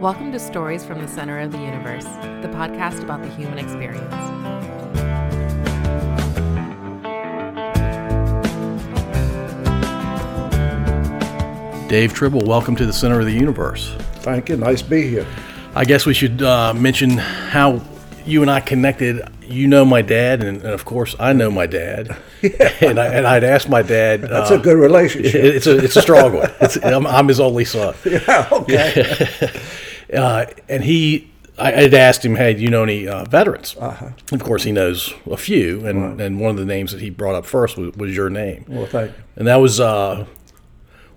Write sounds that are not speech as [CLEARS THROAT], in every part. Welcome to Stories from the Center of the Universe, the podcast about the human experience. Dave Tribble, welcome to the Center of the Universe. Thank you. Nice to be here. I guess we should uh, mention how you and I connected. You know my dad, and, and of course I know my [LAUGHS] dad. [LAUGHS] and, I, and I'd asked my dad. That's uh, a good relationship. it- It's a it's a strong one. It's, I'm, I'm his only [LAUGHS] son, yeah. Okay. uh, and he. I had asked him, "Hey, do you know any uh, veterans?" Uh-huh. Of course, he knows a few, and, and one of the names that he brought up first was, was your name, Well, thank you. and that was uh,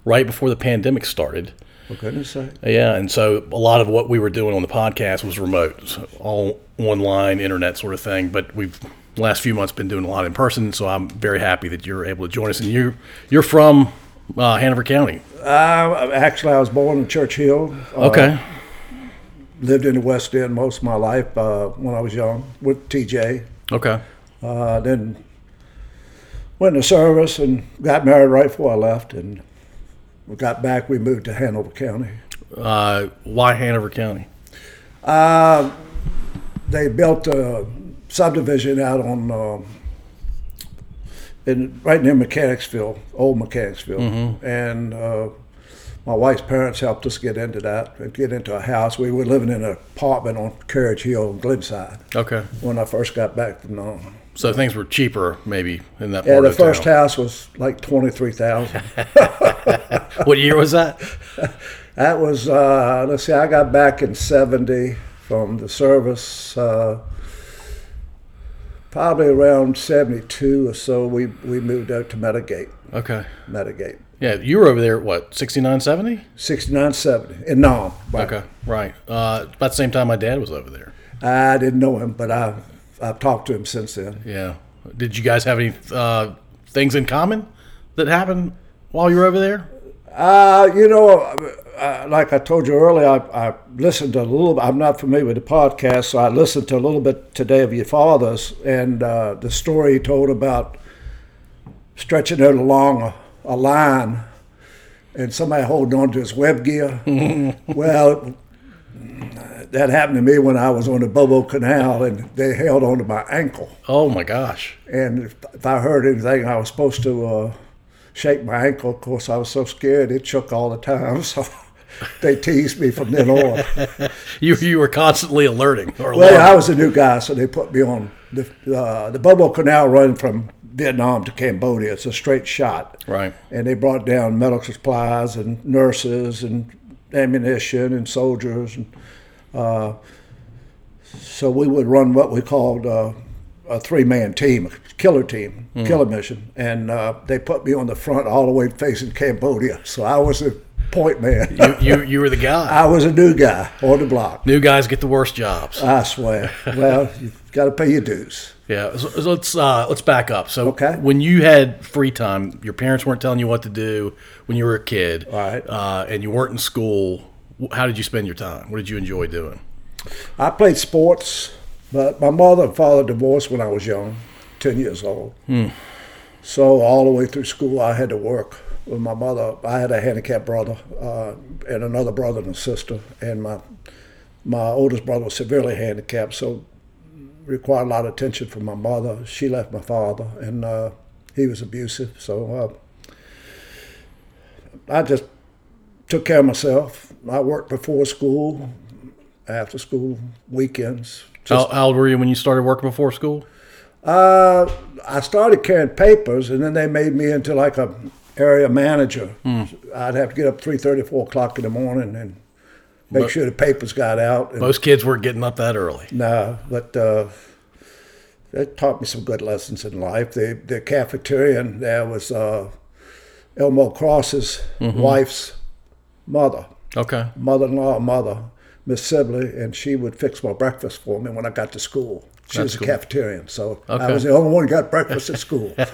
right before the pandemic started. For goodness sake. Yeah, and so a lot of what we were doing on the podcast was remote, so all online, internet sort of thing. But we've last few months been doing a lot in person, so I'm very happy that you're able to join us. And you you're from uh, Hanover County, Uh, actually, I was born in Church Hill. Uh, okay? Lived in the West End most of my life uh, when I was young with TJ. okay, Uh, then went to service and got married right before I left. And we got back, we moved to Hanover County. uh, why Hanover County? Uh, they built a subdivision out on um, in right near Mechanicsville, old Mechanicsville, Mm-hmm. and uh, my wife's parents helped us get into that and get into a house. We were living in an apartment on Carriage Hill in Glenside Okay, when I first got back from Norman. so things were cheaper maybe in that Yeah, part the of the first town. house was like twenty three thousand. What year was [LAUGHS] that? That was, uh, let's see, I got back in 70 from the service. Uh, probably around 72 or so, we, we moved out to Medigate. Okay, Medigate. yeah, you were over there. What sixty nine seventy? 69, 70, in Nam. Right. Okay, right. Uh, about the same time my dad was over there. I didn't know him, but I, I've talked to him since then. Yeah. Did you guys have any uh, things in common that happened while you were over there? Uh, you know, uh, like I told you earlier, I, I listened to a little. I'm not familiar with the podcast, so I listened to a little bit today of your father's and uh, the story he told about stretching out along a, a line and somebody holding on to his web gear. well, that happened to me when I was on the Bobo Canal, and they held onto my ankle. Oh my gosh. And if, if I heard anything, I was supposed to uh, shake my ankle. Of course, I was so scared it shook all the time. [LAUGHS] So they teased me from then on. You you were constantly alerting. Or Well, I alarming. was a new guy, so they put me on the uh, the Bobo Canal run from Vietnam to Cambodia. It's a straight shot. Right. And they brought down medical supplies and nurses and ammunition and soldiers and uh, So we would run what we called uh, a three-man team, killer team, Hmm. killer mission, and uh, they put me on the front all the way facing Cambodia. So I was the point man. you, you you were the guy. [LAUGHS] I was a new guy on the block. New guys get the worst jobs. I swear. Well, you've got to pay your dues. Yeah. So, so let's uh, let's back up. So Okay. when you had free time, your parents weren't telling you what to do when you were a kid. All right. Uh, and you weren't in school. wh- How did you spend your time? What did you enjoy doing? I played sports, but my mother and father divorced when I was young, 10 years old. So all the way through school, I had to work with my mother. I had a handicapped brother uh, and another brother and a sister, and my my oldest brother was severely handicapped, so required a lot of attention from my mother. She left my father, and uh, he was abusive. So uh, I just took care of myself. I worked before school, after school, weekends. Just, how, how old were you when you started working before school? uh, I started carrying papers, and then they made me into like a area manager. I'd have to get up three thirty, four o'clock in the morning, and make But- sure the papers got out. And, Most kids weren't getting up that early. no, but uh, that taught me some good lessons in life. The the cafeteria in there was uh, Elmo Cross's wife's mother. Okay. mother-in-law, mother, Miss Sibley, and she would fix my breakfast for me when I got to school. She That's was a cool. cafeterian, so I Okay. was the only one who got breakfast at school. [LAUGHS] it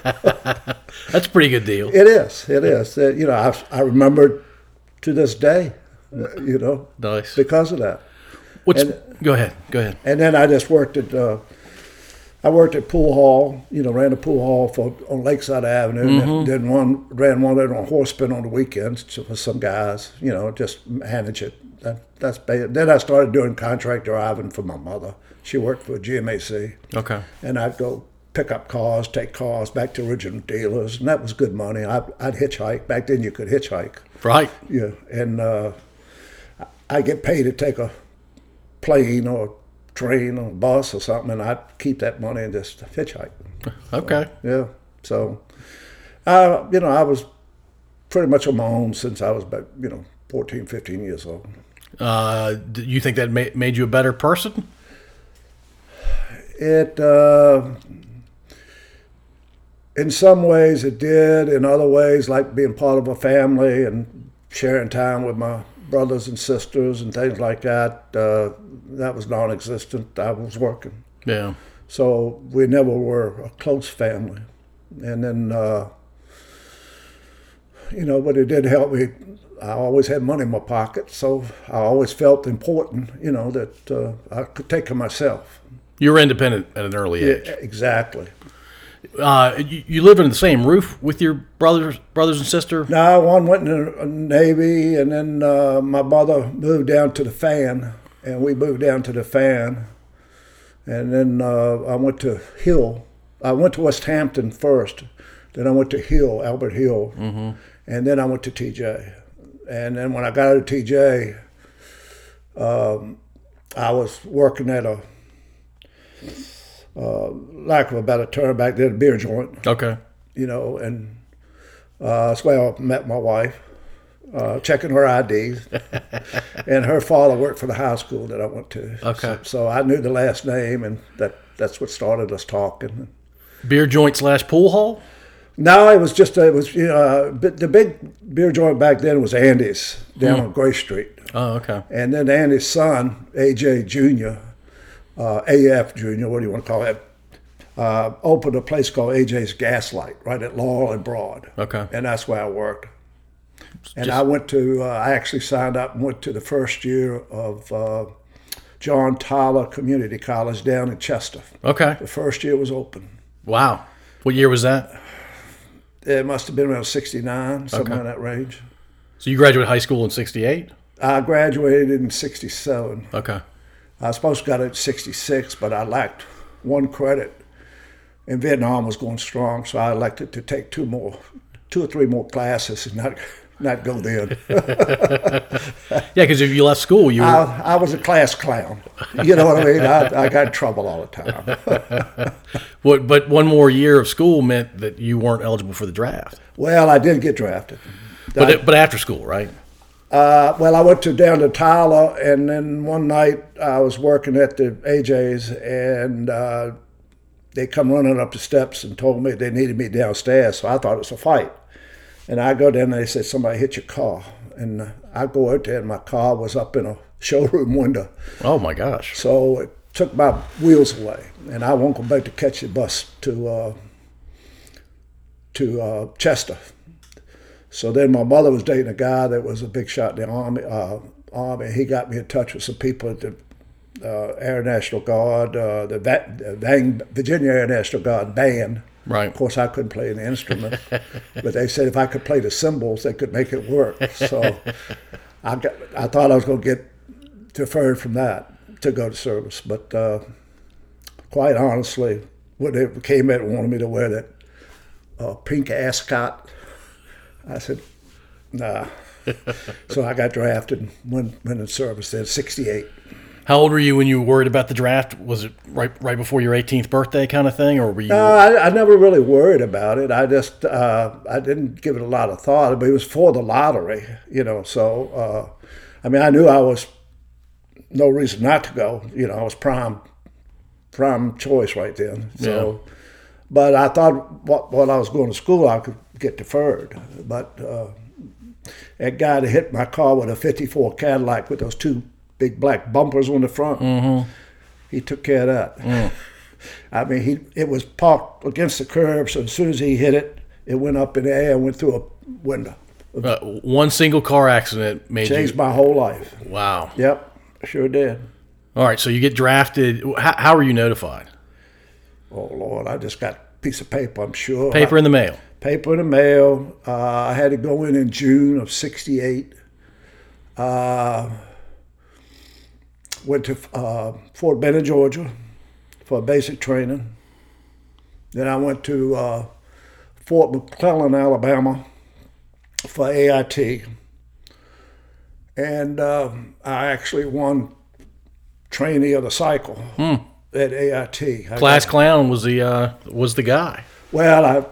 That's a pretty good deal. is, it is. Uh, you know, I, I remember to this day, uh, you know, Nice. because of that. What's And- go ahead? Go ahead. And then I just worked at, uh, I worked at pool hall, you know, ran a pool hall for on Lakeside Avenue, and then one ran one out on Horsepin on the weekends to- for some guys, you know, just manage it. that, that's ba- then I started doing contract driving for my mother. She worked for GMAC, Okay. and I'd go pick up cars, take cars back to original dealers, and that was good money. I, I'd hitchhike back then. You could hitchhike, Right. yeah, and uh, I I'd get paid to take a plane or train or bus or something, and I'd keep that money and just hitchhike. Okay. Yeah, so I, you know, I was pretty much on my own since I was about you know 14, 15 years old. Uh, do you think that ma- made you a better person? it uh, in some ways it did in other ways like being part of a family and sharing time with my brothers and sisters and things like that uh, that was non-existent i was working Yeah. so we never were a close family and then uh, you know but it did help me i always had money in my pocket so i always felt important you know that uh, i could take care of myself You were independent at an early age. exactly Uh, you, you live in the same roof with your brothers, brothers and sister. No, one went in the Navy, and then uh, my mother moved down to the fan, and we moved down to the fan. And then uh, I went to Hill. I went to West Hampton first, then I went to Hill, Albert Hill, and then I went to TJ. And then when I got out of TJ, um, I was working at a, uh, lack of a better term back then, a beer joint Okay. you know, and uh, that's where I met my wife, uh, checking her IDs. and her father worked for the high school that I went to. Okay. So, so I knew the last name, and that, that's what started us talking. Beer joint slash pool hall. No, it was just, it was, you know, uh, but the big beer joint back then was Andy's down on Gray Street. Oh, okay. And then Andy's son, AJ Jr., uh, AF Jr., what do you want to call it? Uh, opened a place called AJ's Gaslight right at Laurel and Broad. Okay. And that's where I worked. And I went to, uh, I actually signed up and went to the first year of uh, John Tyler Community College down in Chester. Okay. The first year was open. Wow. What year was that? It must have been around 69, somewhere in that range. So you graduated high school in '68. I graduated in 67. Okay. I was supposed to got it at 66, but I lacked one credit. And Vietnam was going strong, so I elected to take two more, two or three more classes and not, not go then. Yeah, because if you left school, you were, I, I was a class clown. You know what I mean? I, I got in trouble all the time. what, but one more year of school meant that you weren't eligible for the draft. Well, I did get drafted. But it- but after school, right? Uh, well, I went to down to Tyler, and then one night I was working at the AJ's, and uh, they come running up the steps and told me they needed me downstairs. So I thought it was a fight, and I go down and they said somebody hit your car, and I go out there and my car was up in a [LAUGHS] showroom window, Oh my gosh. so it took my wheels away, and I won't go back to catch the bus to uh, to uh, Chester. So then my mother was dating a guy that was a big shot in the army. Uh, army. He got me in touch with some people at the uh, Air National Guard, uh, the Va- the Vang- Virginia Air National Guard band. Right. Of course, I couldn't play an instrument, but they said if I could play the cymbals, they could make it work. So I got, I thought I was going to get deferred from that to go to service, but uh, quite honestly, when they came in and wanted me to wear that uh, pink ascot, I said, nah. so I got drafted and went, went in service then, 68. How old were you when you were worried about the draft? Was it right right before your 18th birthday kind of thing, or were you? No, I, I never really worried about it. I just uh, I didn't give it a lot of thought. But it was for the lottery, you know. So uh, I mean, I knew I was no reason not to go. You know, I was prime prime choice right then. So, but I thought wh- while I was going to school, I could get deferred. But uh, that guy that hit my car with a '54 Cadillac with those two big black bumpers on the front, he took care of that. [LAUGHS] I mean, he it was parked against the curb, so as soon as he hit it, it went up in the air and went through a window. uh, one single car accident made Changed my whole life. you. Wow. Yep, sure did. All right. So you get drafted. How, how are you notified? Oh Lord, I just got a piece of paper. I'm sure Paper in the mail. paper in the mail. Uh, I had to go in in June of '68. Uh, Went to uh, Fort Benning, Georgia, for basic training. Then I went to uh, Fort McClellan, Alabama, for AIT, and uh, I actually won trainee of the cycle at AIT. I Hmm. Class clown was the uh, was the guy. well, I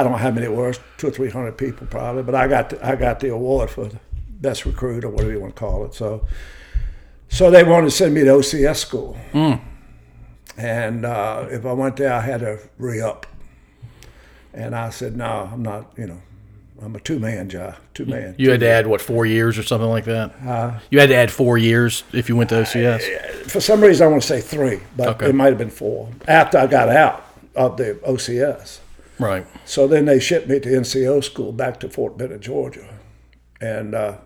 I don't know how many it was, two or three hundred people probably, but I got the, I got the award for the best recruit or whatever you want to call it. So so they wanted to send me to OCS school, Mm. and uh, if I went there, I had to re up. And I said, no, I'm not. You know, I'm a two man job, two man. You had to add what four years or something like that. you had to add four years if you went to OCS. for some reason I want to say three, but Okay. it might have been four after I got out of the OCS. right. So then they shipped me to NCO school back to Fort Benning, Georgia. And uh,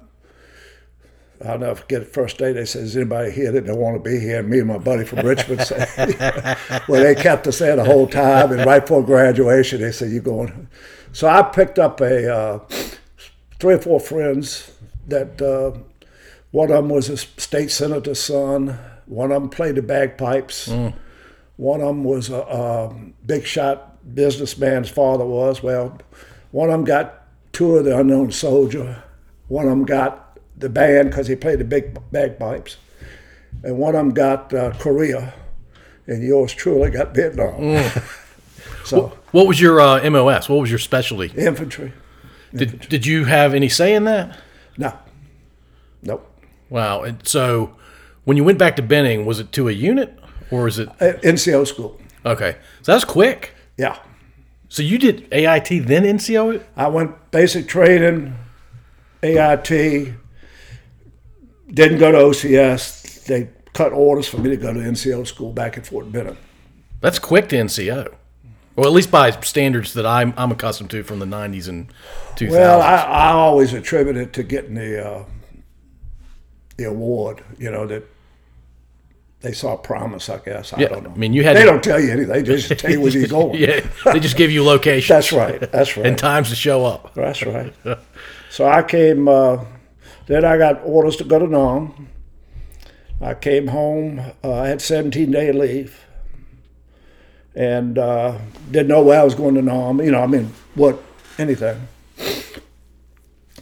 I'll never forget the first day they said, Is anybody here that don't want to be here? And me and my buddy from Richmond said, [LAUGHS] Well, they kept us there the whole time. And right before graduation, they said, You're going. So I picked up a uh, three or four friends that uh, one of them was a state senator's son, one of them played the bagpipes. One of them was a, um big shot businessman's father was. Well, one of them got tour of the unknown soldier. One of them got the band because he played the big bagpipes, and one of them got uh, Korea, and yours truly got Vietnam. [LAUGHS] so What was your uh, MOS? What was your specialty? infantry, Did Did you have any say in that? no, nope. Wow. And so, when you went back to Benning, was it to a unit or is it Uh, NCO school, okay? So that's quick. yeah. So you did AIT then NCO? I went basic training, AIT, didn't go to OCS. They cut orders for me to go to NCO school back at Fort Benning. That's quick to NCO. Well, at least by standards that I'm, I'm accustomed to from the 90s and 2000s. Well, I, I always attribute it to getting the uh, the award. You know that they saw promise. I guess I Yeah, don't know. I mean, you had they to- don't tell you anything. They just tell you where [LAUGHS] you're going. yeah, they just give you locations That's right. That's right. and times to show up. That's right. so I came. Uh, then I got orders to go to Nam. I came home. Uh, I had 17 day leave, and uh, didn't know where I was going to Nam. You know, I mean, what anything.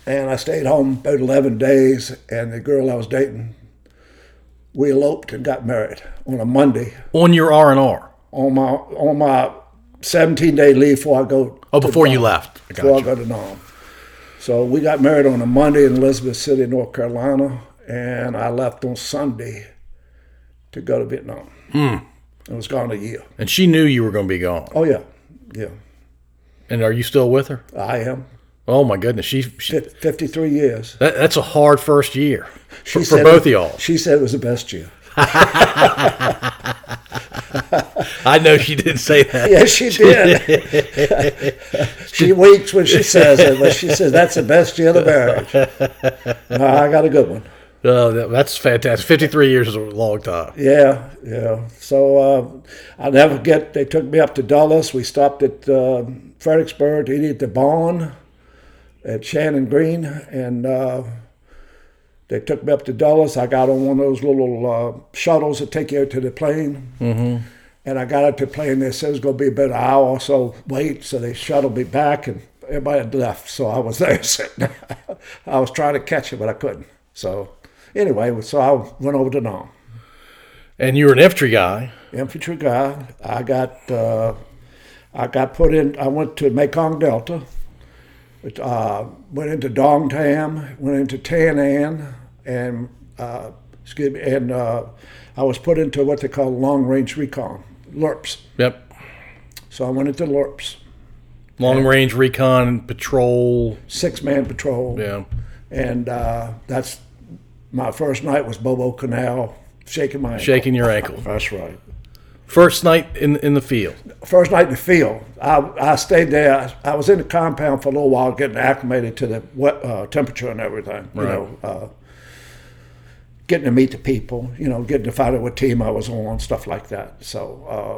And I stayed home about 11 days, and the girl I was dating, we eloped and got married on a Monday On your R&R. on my on my 17 day leave before I go. Oh, to before you Nam left. I before I gotcha. got to Nam. So we got married on a Monday in Elizabeth City, North Carolina, and I left on Sunday to go to Vietnam. Hmm. I was gone a year. And she knew you were going to be gone. Oh yeah, yeah. And are you still with her? I am Oh, my goodness. She, she Fif- 53 years. that, That's a hard first year She for, for said both of it- y'all. She said it was the best year. [LAUGHS] I know she did say that. [LAUGHS] Yes, she did. she weeps when she says it, but she says that's the best year of the marriage. [LAUGHS] No, I got a good one. Oh, that- that's fantastic. 53 years is a long time. Yeah, yeah. So uh, I'll never forget. They took me up to Dulles. We stopped at uh, Fredericksburg to eat at the Barn at Shannon Green, and uh, they took me up to Dulles. I got on one of those little uh, shuttles that take you to the plane. Mm-hmm. And I got up to the plane. They said it was going to be about an hour or so wait, so they shuttled me back, and everybody had left. So I was [LAUGHS] there sitting. I was trying to catch it, but I couldn't. So anyway, so I went over to Nam And you were an infantry E guy. infantry guy. I got uh, I got put in. I went to Mekong Delta. It, uh, went into Dong Tam. Went into Tan An, and uh, excuse me. And uh, I was put into what they call long range recon (LRPs). Yep. So I went into LRPs, Long range recon patrol. six man patrol. Yeah. And uh, that's my first night was Bobo Canal shaking my ankle. Shaking your ankle. That's right. First night in in the field. first night in the field, I, I stayed there. I was in the compound for a little while, getting acclimated to the wet, uh, temperature and everything. You Right. know, uh, getting to meet the people. You know, getting to find out what team I was on, stuff like that. So,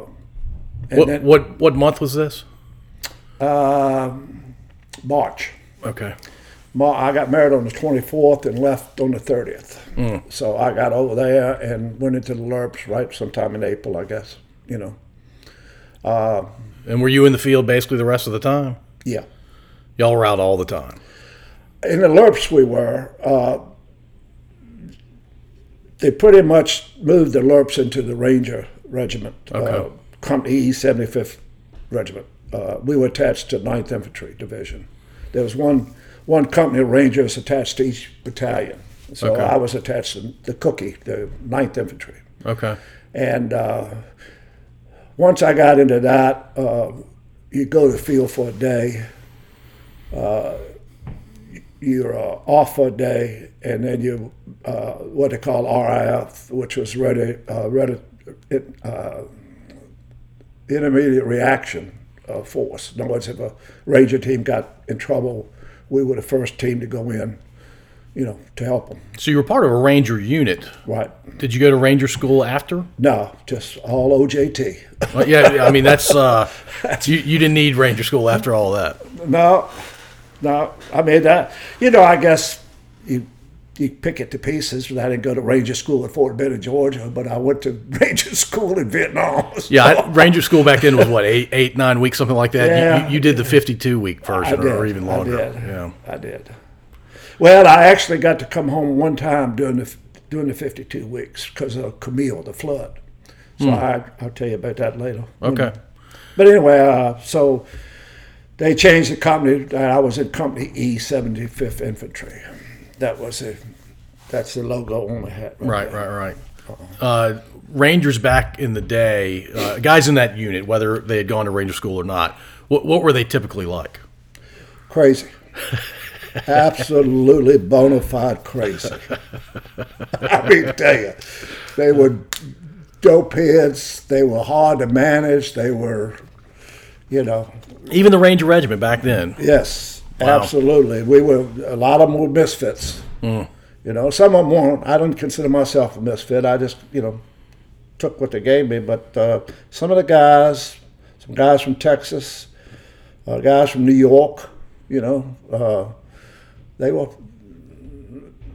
uh, and What then what what month was this? uh, um, March, Okay. Ma, I got married on the 24th and left on the 30th. So I got over there and went into the Lerps right sometime in April, I guess. You know, And were you in the field basically the rest of the time? yeah. Y'all were out all the time. in the Lerps we were, uh, they pretty much moved the Lerps into the Ranger Regiment, Okay. uh, Company E 75th Regiment. Uh, we were attached to 9th Infantry Division. There was one one company of Rangers attached to each battalion. So Okay. I was attached to the Cookie, the 9th Infantry. Okay. And uh, once I got into that, uh, you go to the field for a day. Uh, you're uh, off for a day, and then you uh, what they call RIF, which was ready, uh, ready it, uh, intermediate reaction uh, force. In other words, if a ranger team got in trouble, we were the first team to go in, you know, to help them. So you were part of a ranger unit. Right? Did you go to ranger school after? No, just all [LAUGHS] OJT. Well, yeah, yeah, I mean that's uh, you, you didn't need ranger school after all that. No, no. I mean, that, you know, I guess you you pick it to pieces. But I didn't go to Ranger School at Fort Benning, Georgia, but I went to [LAUGHS] Ranger School in Vietnam. [LAUGHS] Yeah, I, ranger school back then was what eight, eight, nine weeks, something like that. You- Yeah. you, you did the fifty-two week version, or even longer. I did. Yeah. I did. Well, I actually got to come home one time during the during the 52 weeks because of Camille, the flood. So I, I'll tell you about that later. Hmm. Okay. But anyway, uh, so they changed the company. I was in Company E, 75th Infantry. That was it. That's the logo on the hat. Right, there. right, right. Uh, Rangers back in the day, uh, guys in that unit, whether they had gone to Ranger school or not, what, what were they typically like? [LAUGHS] Crazy. Absolutely bona fide crazy. [LAUGHS] I mean, tell you, they were dope heads. They were hard to manage. They were, you know, Even the Ranger Regiment back then. Yes, absolutely. We were a lot of them were misfits. You know, some of them weren't. I don't consider myself a misfit. I just you know took what they gave me. But uh, some of the guys, some guys from Texas, uh, guys from New York, you know, uh, they were.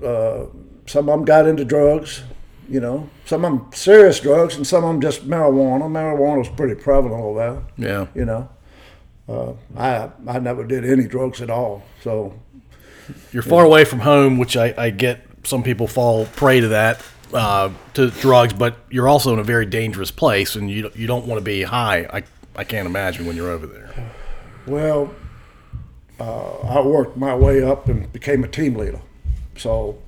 Uh, some of them got into drugs. You know, some of them serious drugs, and some of them just marijuana. Marijuana was pretty prevalent over there Yeah. you know. Uh, I I never did any drugs at all, so You're far away from home, which I, I get some people fall prey to that, uh, to drugs, but you're also in a very dangerous place and you, you don't want to be high. I, I can't imagine when you're over there. well, uh, I worked my way up and became a team leader. So,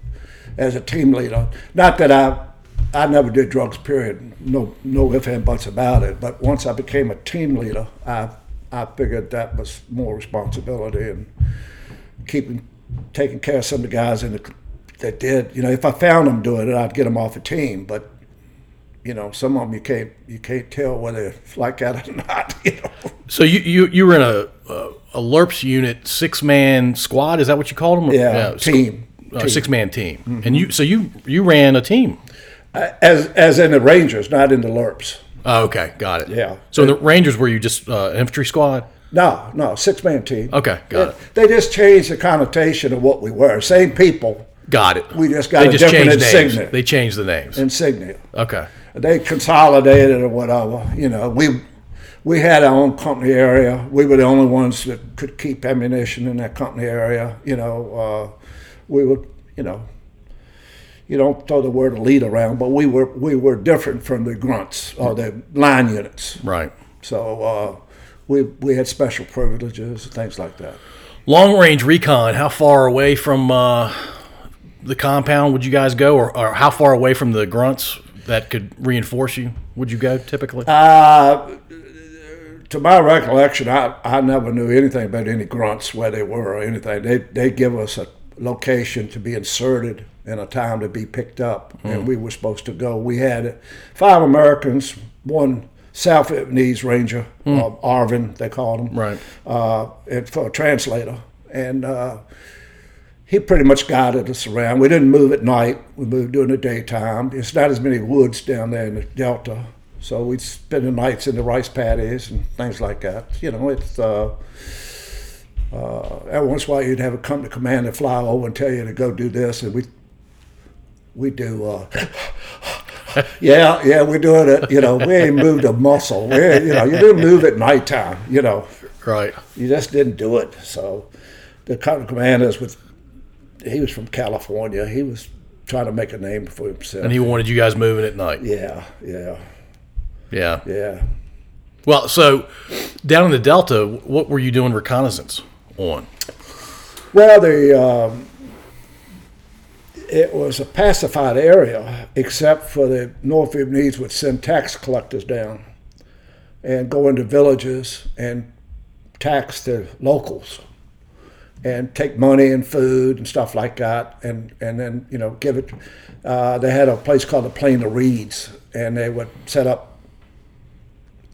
as a team leader, not that I I never did drugs. Period. No no ifs and buts about it. But once I became a team leader, I I figured that was more responsibility and keeping taking care of some of the guys in the that did. You know, if I found them doing it, I'd get them off the team. But you know, some of them you can't you can't tell whether it's like that or [LAUGHS] not. You know, So you, you, you were in a, a, a LERPS unit, six man squad. Is that what you called them? yeah, squ- team. Uh, six man team. And you, so you, you ran a team. As as in the Rangers, not in the Lerps. Oh, okay, got it. Yeah. So in the Rangers, were you just uh, infantry squad? No, no, six man team. Okay, got it. They just changed the connotation of what we were. Same people, Got it. We just got a different changed names. insignia. They changed the names. insignia. Okay. They consolidated or whatever. You know, we we had our own company area. We were the only ones that could keep ammunition in that company area. You know, uh, we would, you know, you don't throw the word elite around, but we were we were different from the grunts or the line units. Right. So uh, we we had special privileges and things like that. Long range recon. How far away from uh, the compound would you guys go, or, or how far away from the grunts that could reinforce you would you go typically? Uh, to my recollection, I, I never knew anything about any grunts where they were or anything. They they give us a location to be inserted and a time to be picked up, and we were supposed to go. We had five Americans, one South Vietnamese Ranger, uh, Arvin they called him, Right. uh, and for a translator, and uh, he pretty much guided us around. We didn't move at night; we moved during the daytime. It's not as many woods down there in the delta, so we'd spend the nights in the rice paddies and things like that. You know, it's uh, Uh, every once in a while, you'd have a company commander fly over and tell you to go do this, and we we do. Uh, [LAUGHS] yeah, yeah, we're doing it. You know, we ain't moved a muscle. We ain't- you know, you didn't move at nighttime. You know, Right. you just didn't do it. So the company commanders with he was from California. He was trying to make a name for himself. And he wanted you guys moving at night. yeah, yeah, Yeah. yeah. Well, so down in the Delta, what were you doing reconnaissance on? Well, the um, it was a pacified area, except for the North Vietnamese would send tax collectors down and go into villages and tax the locals and take money and food and stuff like that, and and then you know give it. Uh, they had a place called the Plain of Reeds, and they would set up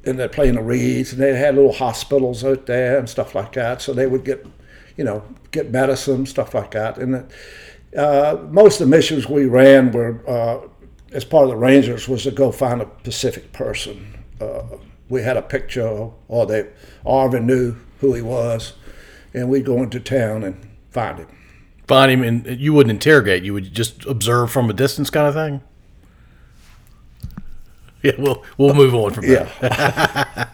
in the Plain of Reeds, and they had little hospitals out there and stuff like that. So they would get, you know, get medicine stuff like that. And it, uh, most of the missions we ran were, uh, as part of the Rangers, was to go find a Pacific person. Uh, we had a picture, or they, Arvin knew who he was, and we'd go into town and find him. Find him, and you wouldn't interrogate. You would just observe from a distance, kind of thing. Yeah, we'll we'll move on from there. Yeah,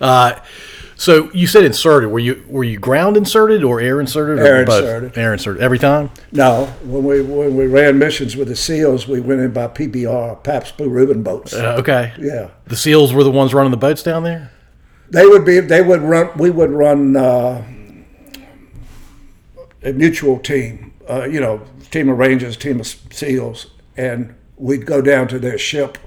So you said inserted. Were you were you ground inserted or air inserted? Or Air both? inserted. Air inserted every time. [LAUGHS] no. When we when we ran missions with the SEALs, we went in by PBR, Pabst Blue Ribbon boats. Uh, okay. Yeah. The seals were the ones running the boats down there. They would be. They would run. We would run uh, a mutual team. Uh, you know, team of Rangers, team of SEALs, and we'd go down to their ship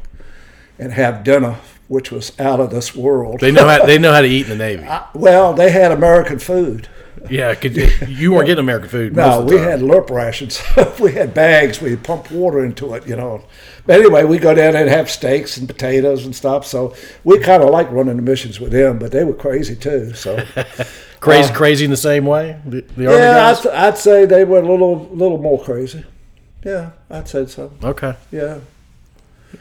and have dinner, which was out of this world. They know how they know how to eat in the Navy. well, they had American food. Yeah, 'cause you weren't getting American food. most No, of the we time. had lerp rations. [LAUGHS] we had bags. We pump water into it, you know. But anyway, we go down and have steaks and potatoes and stuff. So we kind of like running the missions with them, but they were crazy too. [LAUGHS] So. crazy, crazy in the same way. The, the Army uh, Yeah, guys. I'd, I'd say they were a little little more crazy. Yeah, I'd say so. okay, Yeah.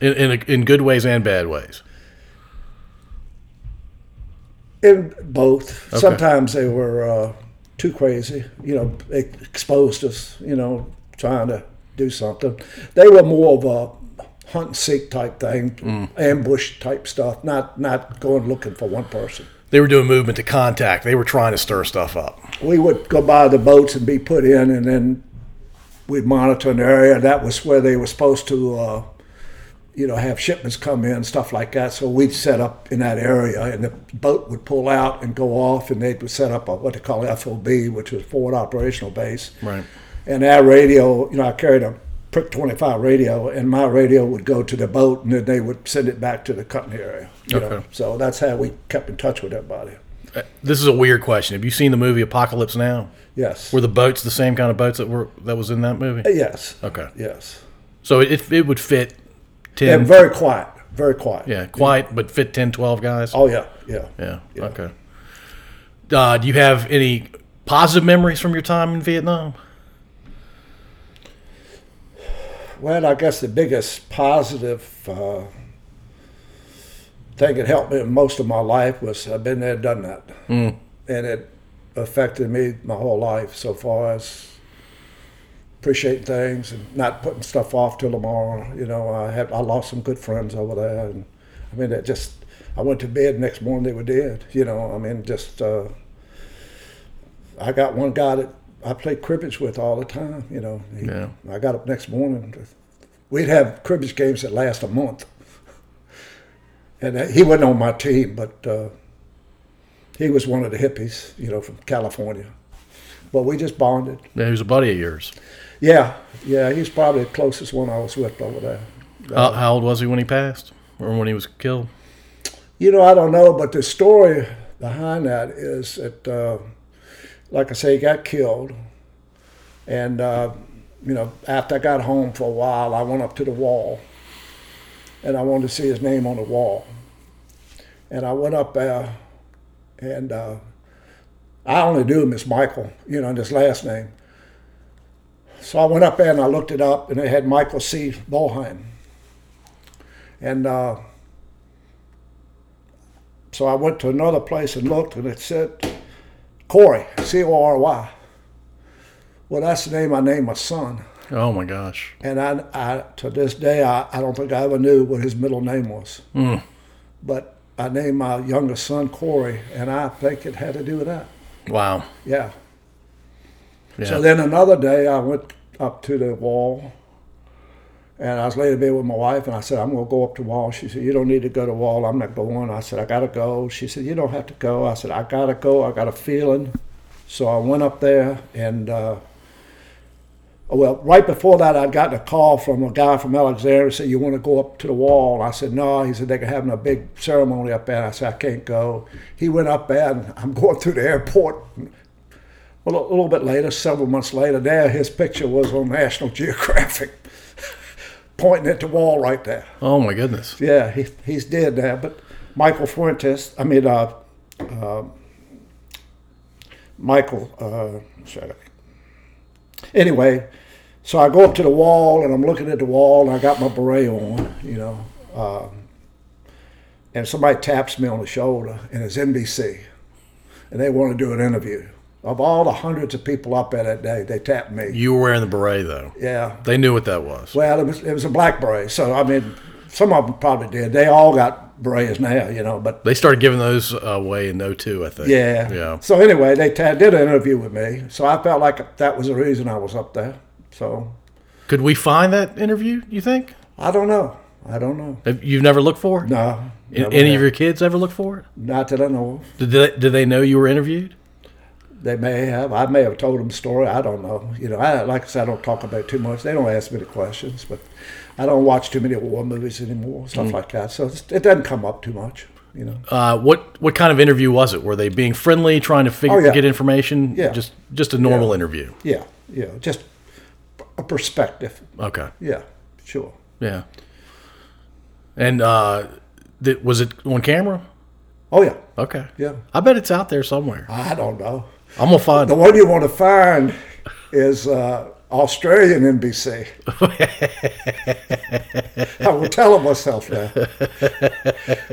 in in, a, in good ways and bad ways. In both. Sometimes they were uh, too crazy. You know, they exposed us, you know, trying to do something. They were more of a hunt and seek type thing, ambush type stuff, not, not going looking for one person. They were doing movement to contact. They were trying to stir stuff up. we would go by the boats and be put in, and then we'd monitor an area. That was where they were supposed to, uh, you know, have shipments come in, stuff like that. So we'd set up in that area, and the boat would pull out and go off, and they would set up a, what they call FOB, which was Forward Operational Base. Right. And our radio, you know, I carried a prick 25 radio, and my radio would go to the boat, and then they would send it back to the company area. You know? Okay. So that's how we kept in touch with everybody. This is a weird question. Have you seen the movie Apocalypse Now? Yes. Were the boats the same kind of boats that were that was in that movie? yes. Okay, Yes. so it it would fit ten. And very quiet, very quiet. yeah, quiet but fit 10, 12 guys. Oh yeah, yeah. yeah. Okay. Uh, do you have any positive memories from your time in Vietnam? Well, I guess the biggest positive uh, thing that helped me most of my life was I've been there, done that, Mm-hmm. and it affected me my whole life so far as appreciating things and not putting stuff off till tomorrow. You know, I had I lost some good friends over there, and I mean, it just I went to bed next morning they were dead. You know, I mean, just uh, I got one guy that I played cribbage with all the time. You know, He- Yeah. I got up next morning. We'd have cribbage games that last a month, [LAUGHS] and uh, he wasn't on my team, but. Uh, he was one of the hippies, you know, from California. But we just bonded. Yeah, he was a buddy of yours. Yeah, yeah, he's probably the closest one I was with over there. Uh, How, how old was he when he passed, or when he was killed? You know, I don't know, but the story behind that is that, uh, like I say, he got killed. And, uh, you know, after I got home for a while, I went up to the wall and I wanted to see his name on the wall. And I went up there and uh, I only knew him as Michael, you know, and his last name. So I went up there and I looked it up and they had Michael C. Bolheim. And, uh, so I went to another place and looked, and it said Corey, C O R Y. Well, that's the name I named my son. Oh my gosh. And I, I to this day, I, I don't think I ever knew what his middle name was. But I named my youngest son Corey, and I think it had to do with that. Wow. Yeah. Yeah. So then another day, I went up to the wall, and I was laid in bed with my wife, and I said, "I'm going to go up to wall." She said, "You don't need to go to wall. I'm not going." I said, "I got to go." She said, "You don't have to go." I said, "I got to go. I got a feeling." So I went up there, and uh, well, right before that, I'd gotten a call from a guy from Alexandria. Said, "You want to go up to the wall?" And I said, "No." He said, "They're having a big ceremony up there." And I said, "I can't go." He went up there, and I'm [LAUGHS] going through the airport. Well, a little bit later, several months later, there his picture was on National Geographic, [LAUGHS] pointing at the wall right there. oh my goodness. Yeah, he, he's dead now. But Michael Fuentes, I mean, uh, uh, Michael, uh, shut up. Anyway, so I go up to the wall and I'm looking at the wall and I got my beret on, you know, um, and somebody taps me on the shoulder and it's NBC and they want to do an interview. Of all the hundreds of people up there that day, they tapped me. You were wearing the beret though. Yeah, They knew what that was. well, it was, it was a black beret, so I mean, some of them probably did. They all got berets now, you know, but They started giving those away in 02, I think. yeah. Yeah. So anyway, they ta did an interview with me, so I felt like that was the reason I was up there. So Could we find that interview, you think? I don't know. I don't know. Have- You've never looked for it? No. A- never Any have. of your kids ever look for it? Not that I know of. Did they, did they know you were interviewed? They may have. I may have told them the story. I don't know. You know, I like I said, I don't talk about it too much. They don't ask me the questions, but I don't watch too many war movies anymore, stuff Hmm. like that. So it's, it doesn't come up too much, you know. Uh, what what kind of interview was it? Were they being friendly, trying to figure Oh, yeah. get information? Yeah. Just just a normal interview. Yeah, yeah, just a perspective. Okay. Yeah, sure. Yeah. And uh, th- was it on camera? Oh yeah, Okay. yeah. I bet it's out there somewhere. I don't know. I'm gonna find The it. one you want to find is uh, Australian [LAUGHS] NBC. I will tell myself that.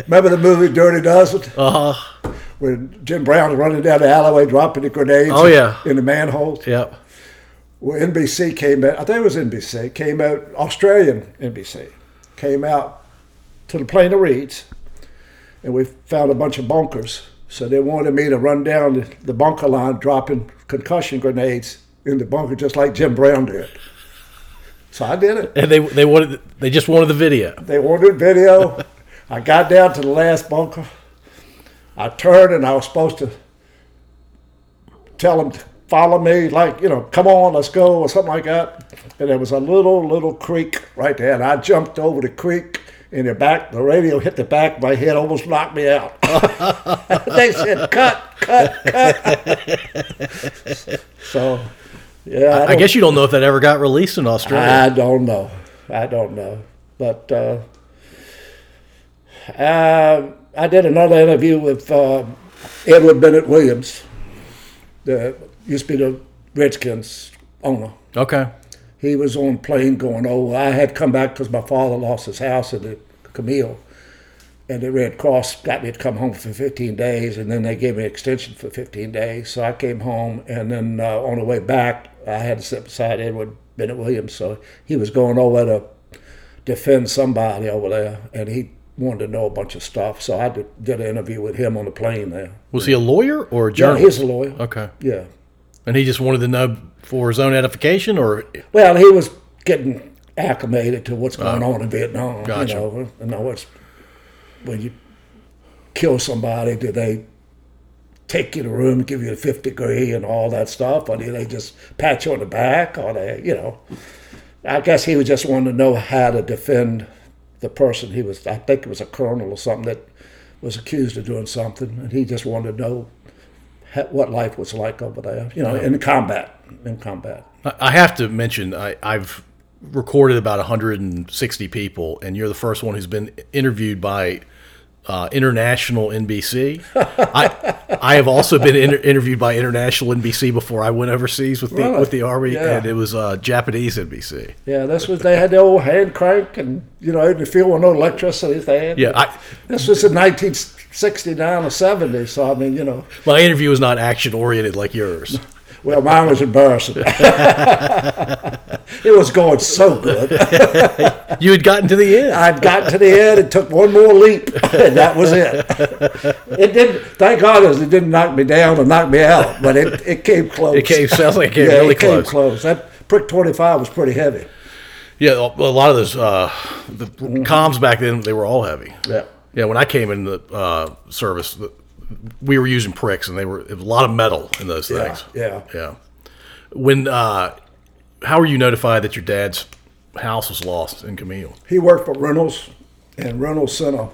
Remember the movie Dirty Dozen? Oh. Uh-huh. When Jim Brown's running down the alleyway, dropping the grenades. Oh, yeah. In the manhole. Yep. Well, NBC came out. I think it was NBC. Came out Australian NBC. Came out to the Plain of Reeds, and we found a bunch of bunkers. So they wanted me to run down the- the bunker line, dropping concussion grenades in the bunker, just like Jim Brown did. So I did it. And they they wanted they just wanted the video. They ordered video. I got down to the last bunker. I turned and I was supposed to tell them to follow me, like, you know, come on, let's go, or something like that. And there was a little, little creek right there. And I jumped over the creek and the back, the radio hit the back of my head, almost knocked me out. [LAUGHS] they said, cut, cut, cut. [LAUGHS] so, yeah. I, don't- guess you don't know if that ever got released in Australia. I don't know. I don't know. But uh, uh, I did another interview with uh, Edward Bennett Williams, the used to be the Redskins owner. okay. He was on a plane going over. I had come back because my father lost his house in the Camille, and the Red Cross got me to come home for 15 days, and then they gave me an extension for 15 days. So I came home, and then uh, on the way back, I had to sit beside Edward Bennett Williams. So he was going over to defend somebody over there, and he wanted to know a bunch of stuff. So I did, did an interview with him on the plane there. Was he a lawyer or a Yeah, he's journalist? a lawyer. okay. Yeah. And he just wanted to know for his own edification, or Well, he was getting acclimated to what's going on in Vietnam. gotcha. You know, you know it's, when you kill somebody, do they take you to the room, give you a fifth degree, and all that stuff, or do they just pat you on the back, or they, you know? I guess he was just wanting to know how to defend the person. He was, I think, it was a colonel or something that was accused of doing something, and he just wanted to know ha- what life was like over there, you know, in combat, in combat. I I have to mention I, I've recorded about 160 people, and you're the first one who's been interviewed by uh, international [LAUGHS] NBC. I I have also been inter- interviewed by international NBC before I went overseas with the Really? with the army, Yeah. and it was uh, Japanese NBC. Yeah, this was they had the old hand crank, and you know, in the field with no electricity. They had, Yeah, I this was in nineteen 69 or 70. So, I mean, you know, My interview is not action oriented like yours. well, mine was embarrassing. [LAUGHS] it was going so good. You had gotten to the end. I'd gotten to the end and took one more leap, and that was it. It didn't, thank God, it didn't knock me down or knock me out, but it, it came close. It came, sounds like it came yeah, really it came close. close. That prick 25 was pretty heavy. Yeah, a a lot of those uh, the comms back then they were all heavy. Mm-hmm. Yeah. Yeah, when I came in the uh, service, the- we were using pricks, and they were it was a lot of metal in those Yeah, things. yeah. yeah. When uh, how were you notified that your dad's house was lost in Camille? He worked for Reynolds, and Reynolds sent a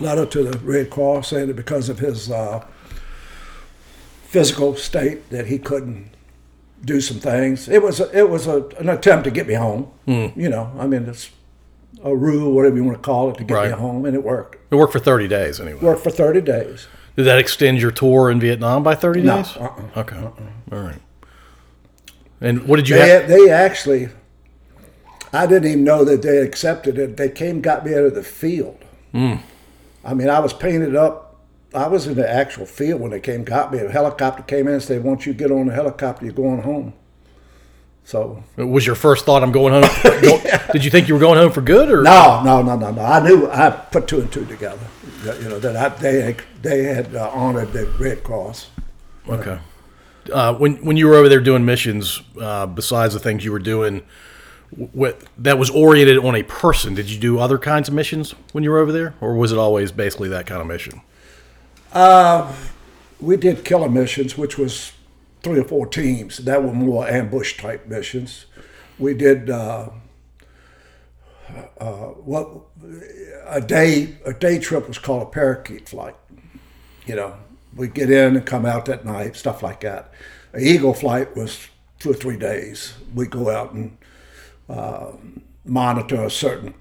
letter to the Red Cross saying that because of his uh, physical state that he couldn't do some things. It was a, it was a, an attempt to get me home. You know, I mean, it's a rule, whatever you want to call it, to get Right. me home, and it worked. It worked for thirty days anyway. Worked for 30 days. uh-uh. Did that extend your tour in Vietnam by thirty No, days? Okay, All right. And what did you? They, have? they actually, I didn't even know that they accepted it. They came, got me out of the field. I mean, I was painted up. I was in the actual field when they came, got me. A helicopter came in and said, "Once you get on the helicopter, you're going home." So Was your first thought, "I'm going home"? [LAUGHS] [LAUGHS] Did you think you were going home for good, or no, no, no, no, no. I knew I put two and two together. That, you know that I, they they had uh, honored the Red Cross. Okay. Uh, when when you were over there doing missions, uh, besides the things you were doing, what that was oriented on a person. Did you do other kinds of missions when you were over there, or was it always basically that kind of mission? We did killer missions, which was three or four teams. That were more ambush type missions. We did uh, uh, what a day a day trip was called a parakeet flight. You know, we get in and come out that night, stuff like that. An eagle flight was two or three days. We go out and uh, monitor a certain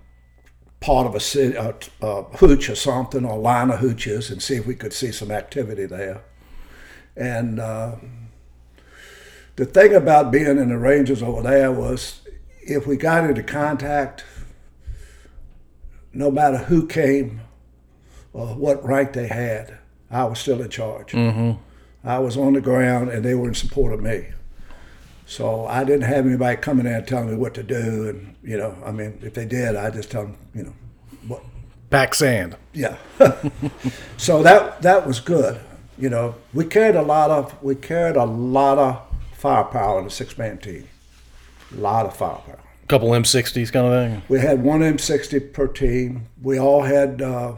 part of a city, a, a hooch or something, or line of hooches, and see if we could see some activity there. And uh, the thing about being in the Rangers over there was if we got into contact, no matter who came or what rank they had, I was still in charge. I was on the ground and they were in support of me. So I didn't have anybody coming in and telling me what to do. And, you know, I mean, if they did, I just tell them, you know, what, Pack sand. yeah. [LAUGHS] so that that was good. You know, we carried a lot of we carried a lot of firepower in the six man team. A lot of firepower. A couple M60s kind of thing. We had one M60 per team. We all had. Uh,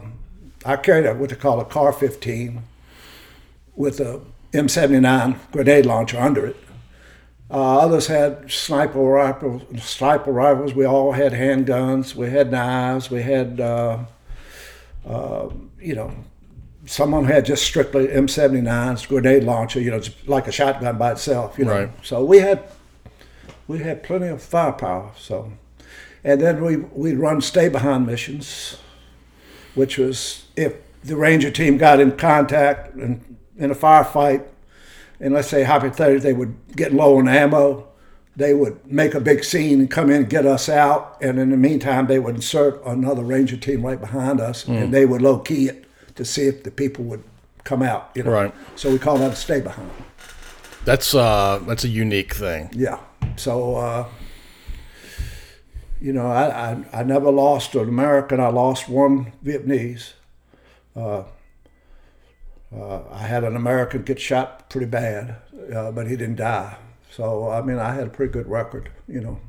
I carried a, what they call a car 15 with a M79 grenade launcher under it. Uh, others had sniper rifles. Sniper rifles. We all had handguns. We had knives. We had, uh, uh, you know, some of them had just strictly M79s, grenade launcher. You know, it's like a shotgun by itself. You know, Right. so we had we had plenty of firepower. So, and then we we'd run stay behind missions, which was if the ranger team got in contact and in a firefight, and let's say hypothetically they would get low on ammo, they would make a big scene and come in and get us out, and in the meantime they would insert another ranger team right behind us, and they would low key it to see if the people would come out. You know? Right. So we call that a stay behind. That's uh, that's a unique thing. Yeah. So, uh, you know, I, I, I never lost an American. I lost one Vietnamese. Uh, uh, I had an American get shot pretty bad, uh, but he didn't die. So, I mean, I had a pretty good record, you know.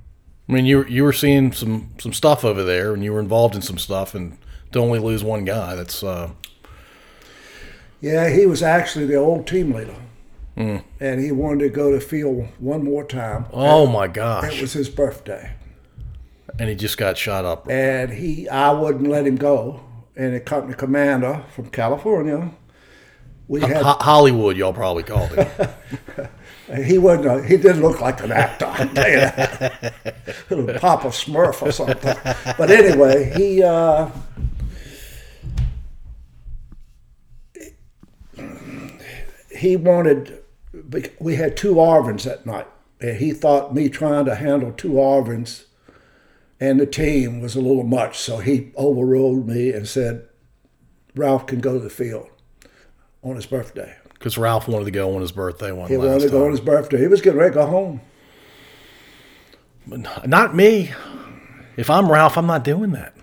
I mean, you you were seeing some some stuff over there, and you were involved in some stuff, and to only lose one guy, that's uh, Yeah, he was actually the old team leader. And he wanted to go to field one more time. oh my It gosh, was his birthday. and he just got shot up. and he I wouldn't let him go. And the company commander from California, we had Ho- Hollywood, y'all probably called him. he wasn't a, he didn't look like an actor. I'll tell you that. [LAUGHS] Little Papa Smurf or something. But anyway, he uh, he wanted bec- we had two Arvins that night, and he thought me trying to handle two Arvins and the team was a little much, so he overruled me and said, Ralph can go to the field on his birthday. Because Ralph wanted to go on his birthday one He last wanted to time. go on his birthday. He was getting ready to go home. But not me. If I'm Ralph, I'm not doing that.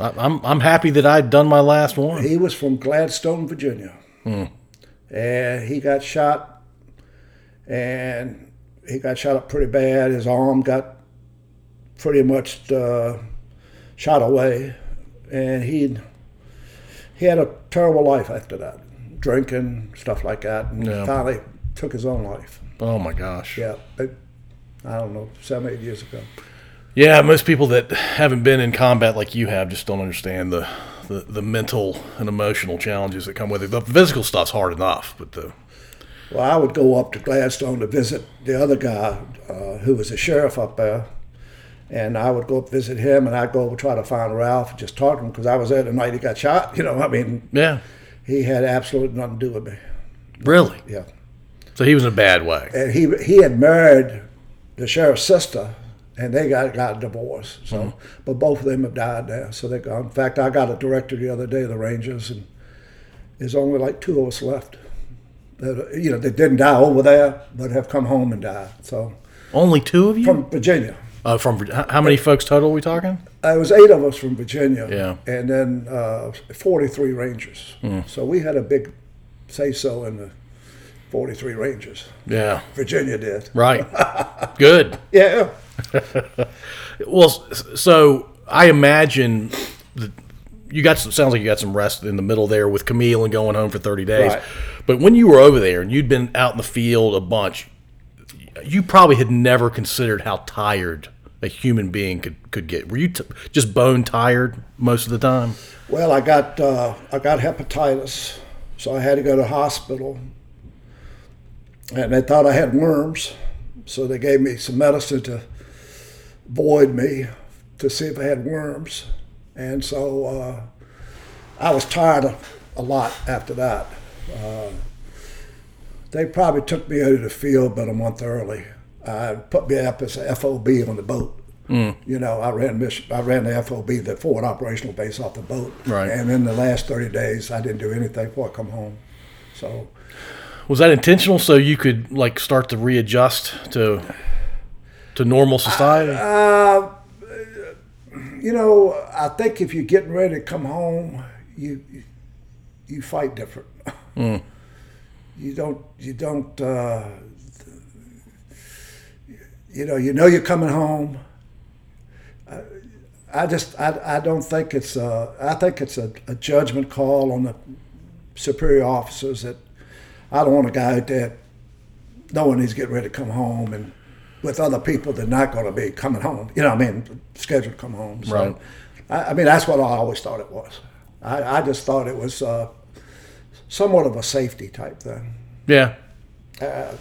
I, I'm I'm happy that I'd done my last one. He was from Gladstone, Virginia. And he got shot, and he got shot up pretty bad. His arm got pretty much uh, shot away, and he he had a terrible life after that, drinking stuff like that, and Yeah. finally took his own life. Oh my gosh. Yeah, but I don't know, seven eight years ago. Yeah, most people that haven't been in combat like you have just don't understand the, the, the mental and emotional challenges that come with it. The physical stuff's hard enough, but the Well, I would go up to Gladstone to visit the other guy uh, who was a sheriff up there, and I would go up visit him, and I'd go try to find Ralph and just talk to him because I was there the night he got shot. [LAUGHS] You know, I mean, yeah, he had absolutely nothing to do with me. really. Yeah, So he was in a bad way. and he he had married the sheriff's sister, and they got got a divorce. So, Mm-hmm. but both of them have died now, so they're gone. In fact, I got a director the other day of the Rangers, and there's only like two of us left. That, you know, they didn't die over there, but have come home and died. So. Only two of you from Virginia. Uh, uh, from Vir- how how many folks total are we talking? It was eight of us from Virginia, Yeah. Mm. and then uh, 43 Rangers. So we had a big say so in the 43 Rangers. Yeah, Virginia did. [LAUGHS] right. Good. Yeah, Well, s- so I imagine that you got some, sounds like you got some rest in the middle there with Camille and going home for 30 days. Right. But when you were over there and you'd been out in the field a bunch, you probably had never considered how tired a human being could, could get. Were you t- just bone tired most of the time? Well, I got uh, I got hepatitis, so I had to go to hospital, and they thought I had worms, so they gave me some medicine to void me to see if I had worms, and so uh, I was tired a, a lot after that. Uh, they probably took me out of the field about a month early. I put me up as a FOB on the boat. You know, I ran mission, I ran the FOB, the forward operational base, off the boat. Right. And in the last thirty days, I didn't do anything before I come home. So Was that intentional so you could like start to readjust to to normal society? you know, I think if you're getting ready to come home, you you, you fight different. You don't. You don't. Uh, you know. You know you're coming home. I, I just. I, I. don't think it's. A, I think it's a, a judgment call on the superior officers that I don't want a guy out there knowing he's getting ready to come home and with other people they're not going to be coming home. You know, what I mean, scheduled to come home. So, Right. I, I mean, that's what I always thought it was. I, I just thought it was uh, somewhat of a safety type thing. yeah. That-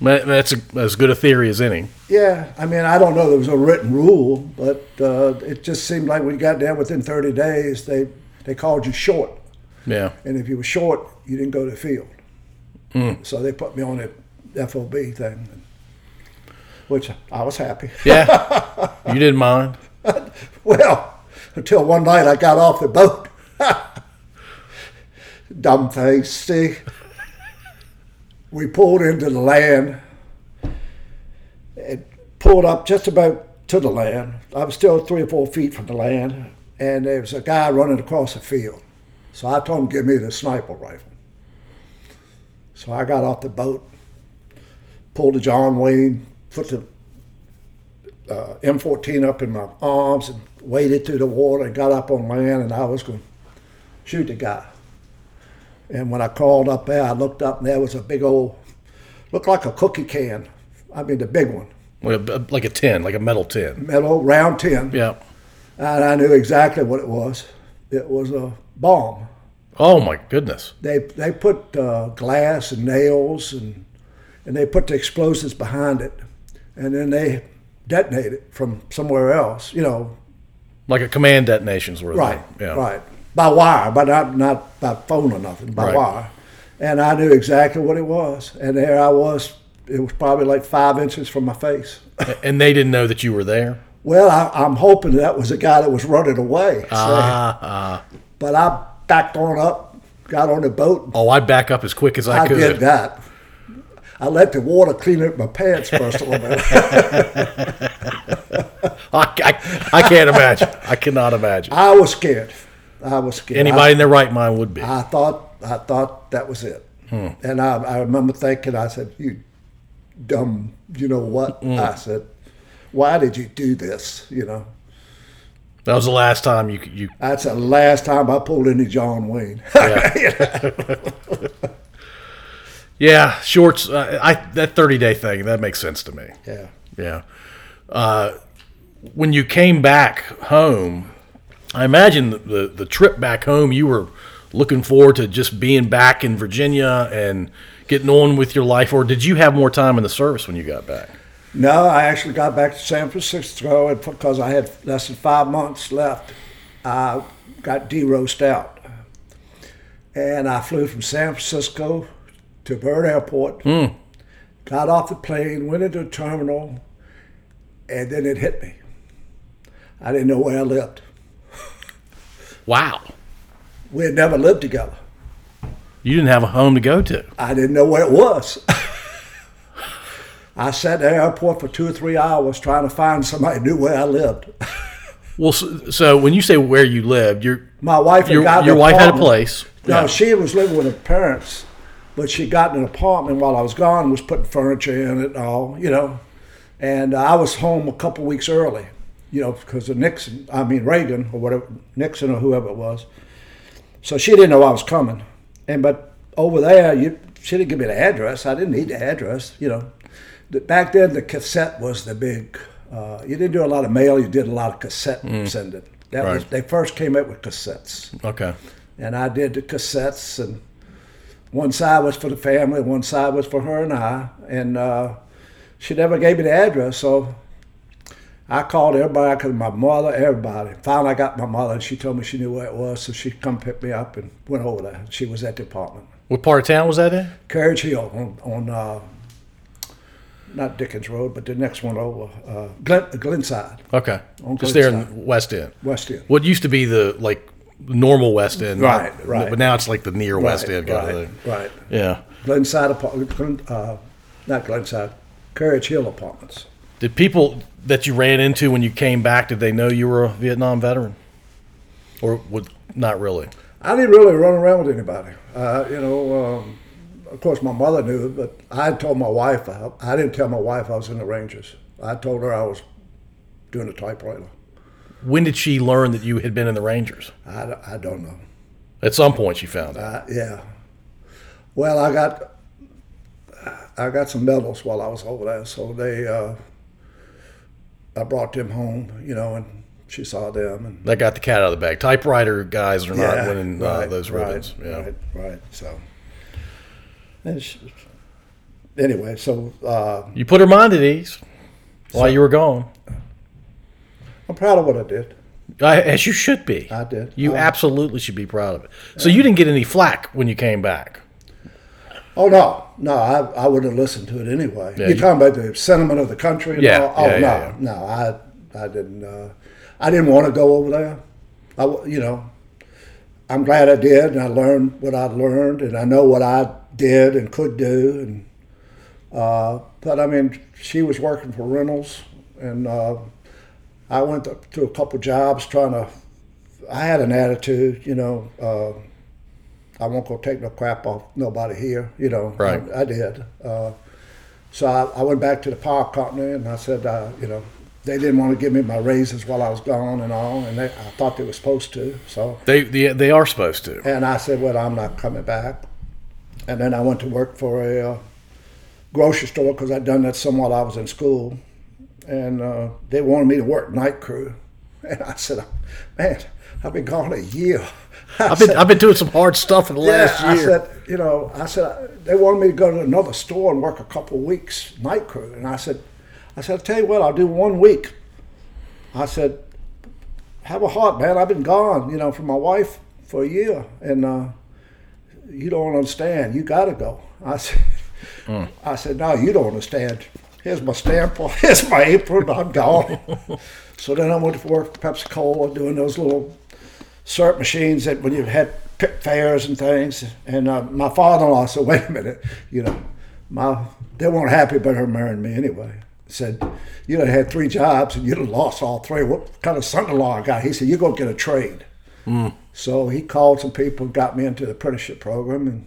that's a, as good a theory as any. Yeah, I mean, I don't know. There was a written rule, but uh, it just seemed like when you got down within 30 days, they they called you short, Yeah. and if you were short, you didn't go to the field. So they put me on the FOB thing, which I was happy. Yeah. [LAUGHS] you didn't mind. Well, until one night I got off the boat. [LAUGHS] Dumb thing, see. We pulled into the land and pulled up just about to the land. I was still three or four feet from the land, and there was a guy running across the field. So I told him, Give me the sniper rifle. So I got off the boat, pulled the John Wayne, put the M14 up in my arms and waded through the water and got up on land and I was going to shoot the guy. And when I crawled up there, I looked up and there was a big old, looked like a cookie can. I mean, the big one, Like a, like a tin, like a metal tin. metal round tin. Yeah. And I knew exactly what it was. It was a bomb. Oh my goodness. They, they put uh, glass and nails and, and they put the explosives behind it. And then they detonate it from somewhere else, you know, Like a command detonations were. Right. Yeah. Right. By wire, but not not by phone or nothing. By Right. wire, and I knew exactly what it was. And there I was. It was probably like five inches from my face. [LAUGHS] A- And they didn't know that you were there. Uh, Well, I, I'm hoping that was a guy that was running away. So Ah. ah. But I backed on up, got on the boat, and Oh, I back up as quick as I, I could. did that. I let the water clean up my pants first a little bit. [LAUGHS] I, I, I can't imagine. I cannot imagine. [LAUGHS] I was scared. I was scared. Anybody in their right mind would be. I, I thought I thought that was it. And I, I remember thinking, I said, "You dumb, you know what?" I said, "Why did you do this?" You know, that was the last time you you that's the last time I pulled any John Wayne. [LAUGHS] Yeah, shorts. Uh, I that thirty day thing that makes sense to me. yeah. Yeah. Uh, when you came back home, I imagine the, the the trip back home you were looking forward to just being back in Virginia and getting on with your life, or did you have more time in the service when you got back? No, I actually got back to San Francisco because I had less than five months left. I got de-roasted out. And I flew from San Francisco to Byrd Airport, got off the plane, went into the terminal, and then it hit me. I didn't know where I lived. Wow, We had never lived together. you didn't have a home to go to. I didn't know where it was. [LAUGHS] I sat at the airport for two or three hours trying to find somebody who knew where I lived. [LAUGHS] Well, so, so when you say where you lived, your My wife had your, got your an wife had a apartment. place. No, Yeah. she was living with her parents, but she got an apartment while I was gone. Was putting furniture in it and all, you know. And I was home a couple weeks early, you know, because of Nixon. I mean Reagan or whatever Nixon or whoever it was. So she didn't know I was coming, and but over there, you, she didn't give me the address. I didn't need the address, you know. The- Back then, the cassette was the big. Uh, you didn't do a lot of mail. You did a lot of cassette sending. That Mm. was, Right. they first came up with cassettes Okay. and I did the cassettes, and one side was for the family, one side was for her and I, and uh, she never gave me the address, so I called everybody, I could, my mother, everybody. Finally, I got my mother, and she told me she knew where it was, so she come pick me up and went over there. She was at the apartment, What part of town was that in? Carriage Hill on, on uh, not Dickens Road, but the next one over, uh, Glen, Glenside, Okay, On just there in Cliffside. the West End. West End. What used to be the like normal West End, Right, right. But now it's like the near West End kind right, of thing. right. Yeah. Glenside apartment, uh, not Glenside, Carriage Hill Apartments. Did people that you ran into when you came back did they know you were a Vietnam veteran, or would not really? I didn't really run around with anybody. Uh, you know, um, of course, my mother knew, but I told my wife, I, I didn't tell my wife I was in the Rangers. I told her I was doing a typewriter. When did she learn that you had been in the Rangers? I, d- I don't know. At some point, she found out. I, yeah. Well, I got I got some medals while I was over there, so they uh, I brought them home, you know, and she saw them and That got the cat out of the bag. Typewriter guys are not winning uh, right, those right, ribbons. Yeah. Right, right. So, And sh- anyway, so uh, You put her mind at ease while you were gone, I'm proud of what I did. I, as you should be. I did. You I- absolutely should be proud of it. So you didn't get any flack when you came back. Oh no, no, I, I wouldn't have listened to it anyway. Yeah, You're you- talking about the sentiment of the country. and Yeah, all? Oh yeah, no, yeah, no, I I didn't uh, I didn't want to go over there. I w- you know, I'm glad I did, and I learned what I learned, and I know what I did and could do, and uh, but I mean, she was working for Reynolds, and uh, I went to, to a couple jobs trying to. I had an attitude, you know. Uh, I won't go take no crap off nobody here, you know. Right. I, I did. Uh, so I, I went back to the power company and I said, uh, you know, they didn't want to give me my raises while I was gone and all, and they, I thought they were supposed to. So, They they, they are supposed to. and I said, well, I'm not coming back. And then I went to work for a uh, grocery store because I'd done that some while I was in school, and uh, they wanted me to work night crew, [LAUGHS] and I said, man, I've been gone a year. [LAUGHS] I I've been I've been doing some hard stuff in the last yeah, year. I said, you know, I said they wanted me to go to another store and work a couple weeks night crew, and I said, I said, I'll tell you what, I'll do one week. I said, have a heart, man. I've been gone, you know, from my wife for a year, and uh, you don't understand. You got to go. I said, Hmm. I said, no, you don't understand. Here's my stamp. [LAUGHS] Here's my [LAUGHS] apron. I'm gone. so then I went to work for PepsiCo doing those little cert machines that when you had pit fairs and things. And uh, my father-in-law said, "Wait a minute, you know, my they weren't happy about her marrying me anyway." Said, "You done had three jobs and you done lost all three. What kind of son-in-law I got?" He said, "You go get a trade." So he called some people, got me into the apprenticeship program, and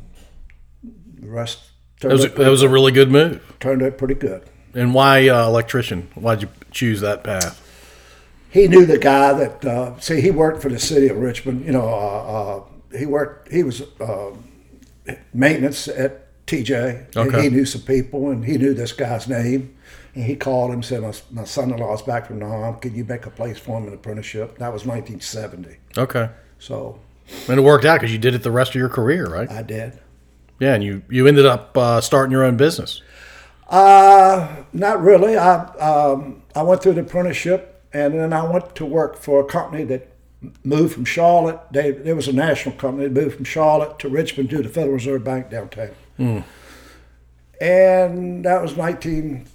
the rest That turned, was, a, out, that was a really good move. turned out pretty good. And why uh, electrician? Why'd you choose that path? he knew the guy that uh, see he worked for the city of Richmond. You know, uh, uh, he worked. He was uh, maintenance at TJ, and Okay. he knew some people, and he knew this guy's name. And he called him, said, "My, my son-in-law's back from Nam. Can you make a place for him in apprenticeship?" That was 1970. Okay. So And it worked out because you did it the rest of your career, right? I did. Yeah, and you, you ended up uh, starting your own business. Uh, not really. I um, I went through the apprenticeship, and then I went to work for a company that moved from Charlotte. They there was a national company that moved from Charlotte to Richmond due to Federal Reserve Bank downtown. And that was nineteen,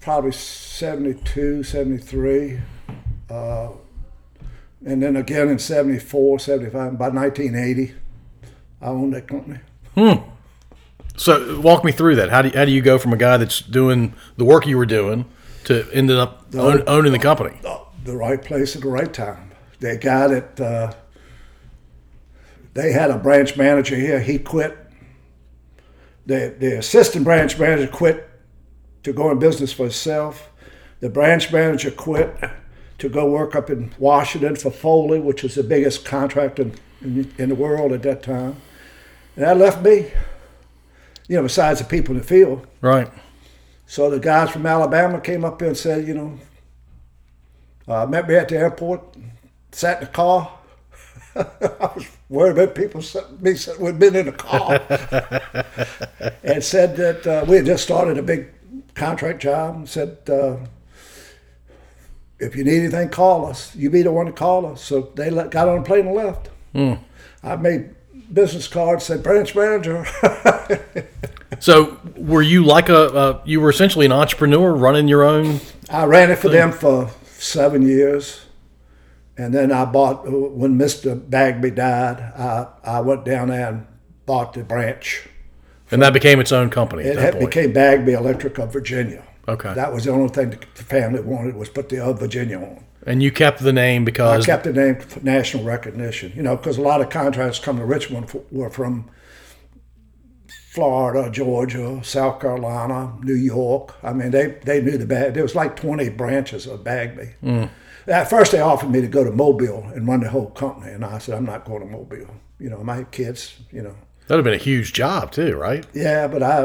probably 72, 73. Uh, and then again in 74, 75, by 1980, I owned that company. So walk me through that. How do you, how do you go from a guy that's doing the work you were doing to ended up own, owning the company? the right place at the right time. That guy that uh, they had a branch manager here, he quit. The the assistant branch manager quit to go in business for himself. The branch manager quit to go work up in Washington for Foley, which was the biggest contractor in, in, in the world at that time. And that left me, you know, besides the people in the field. Right. So the guys from Alabama came up here and said, you know, uh, met me at the airport, sat in the car. [LAUGHS] I was worried about people sitting, me sitting, we'd been in the car, and said that uh, we had just started a big contract job, and said uh, if you need anything, call us. You be the one to call us. So they let, got on a plane and left. I made business cards, said branch manager. [LAUGHS] So were you like a uh, you were essentially an entrepreneur running your own? I ran it for them for seven years, and then I bought when Mister Bagby died. I I went down there and bought the branch. And that became its own company. At It that had, point. became Bagby Electric of Virginia. Okay. that was the only thing that the family wanted was put the of Virginia on. and you kept the name I because kept the name for national recognition, you know, because a lot of contractors come to Richmond f were from Florida, Georgia, South Carolina, New York. I mean, they, they knew the bag. There was like 20 branches of Bagby. At first, they offered me to go to Mobile and run the whole company, and I said, I'm not going to Mobile. You know, my kids, you know. that'd have been a huge job too, right? Yeah, but I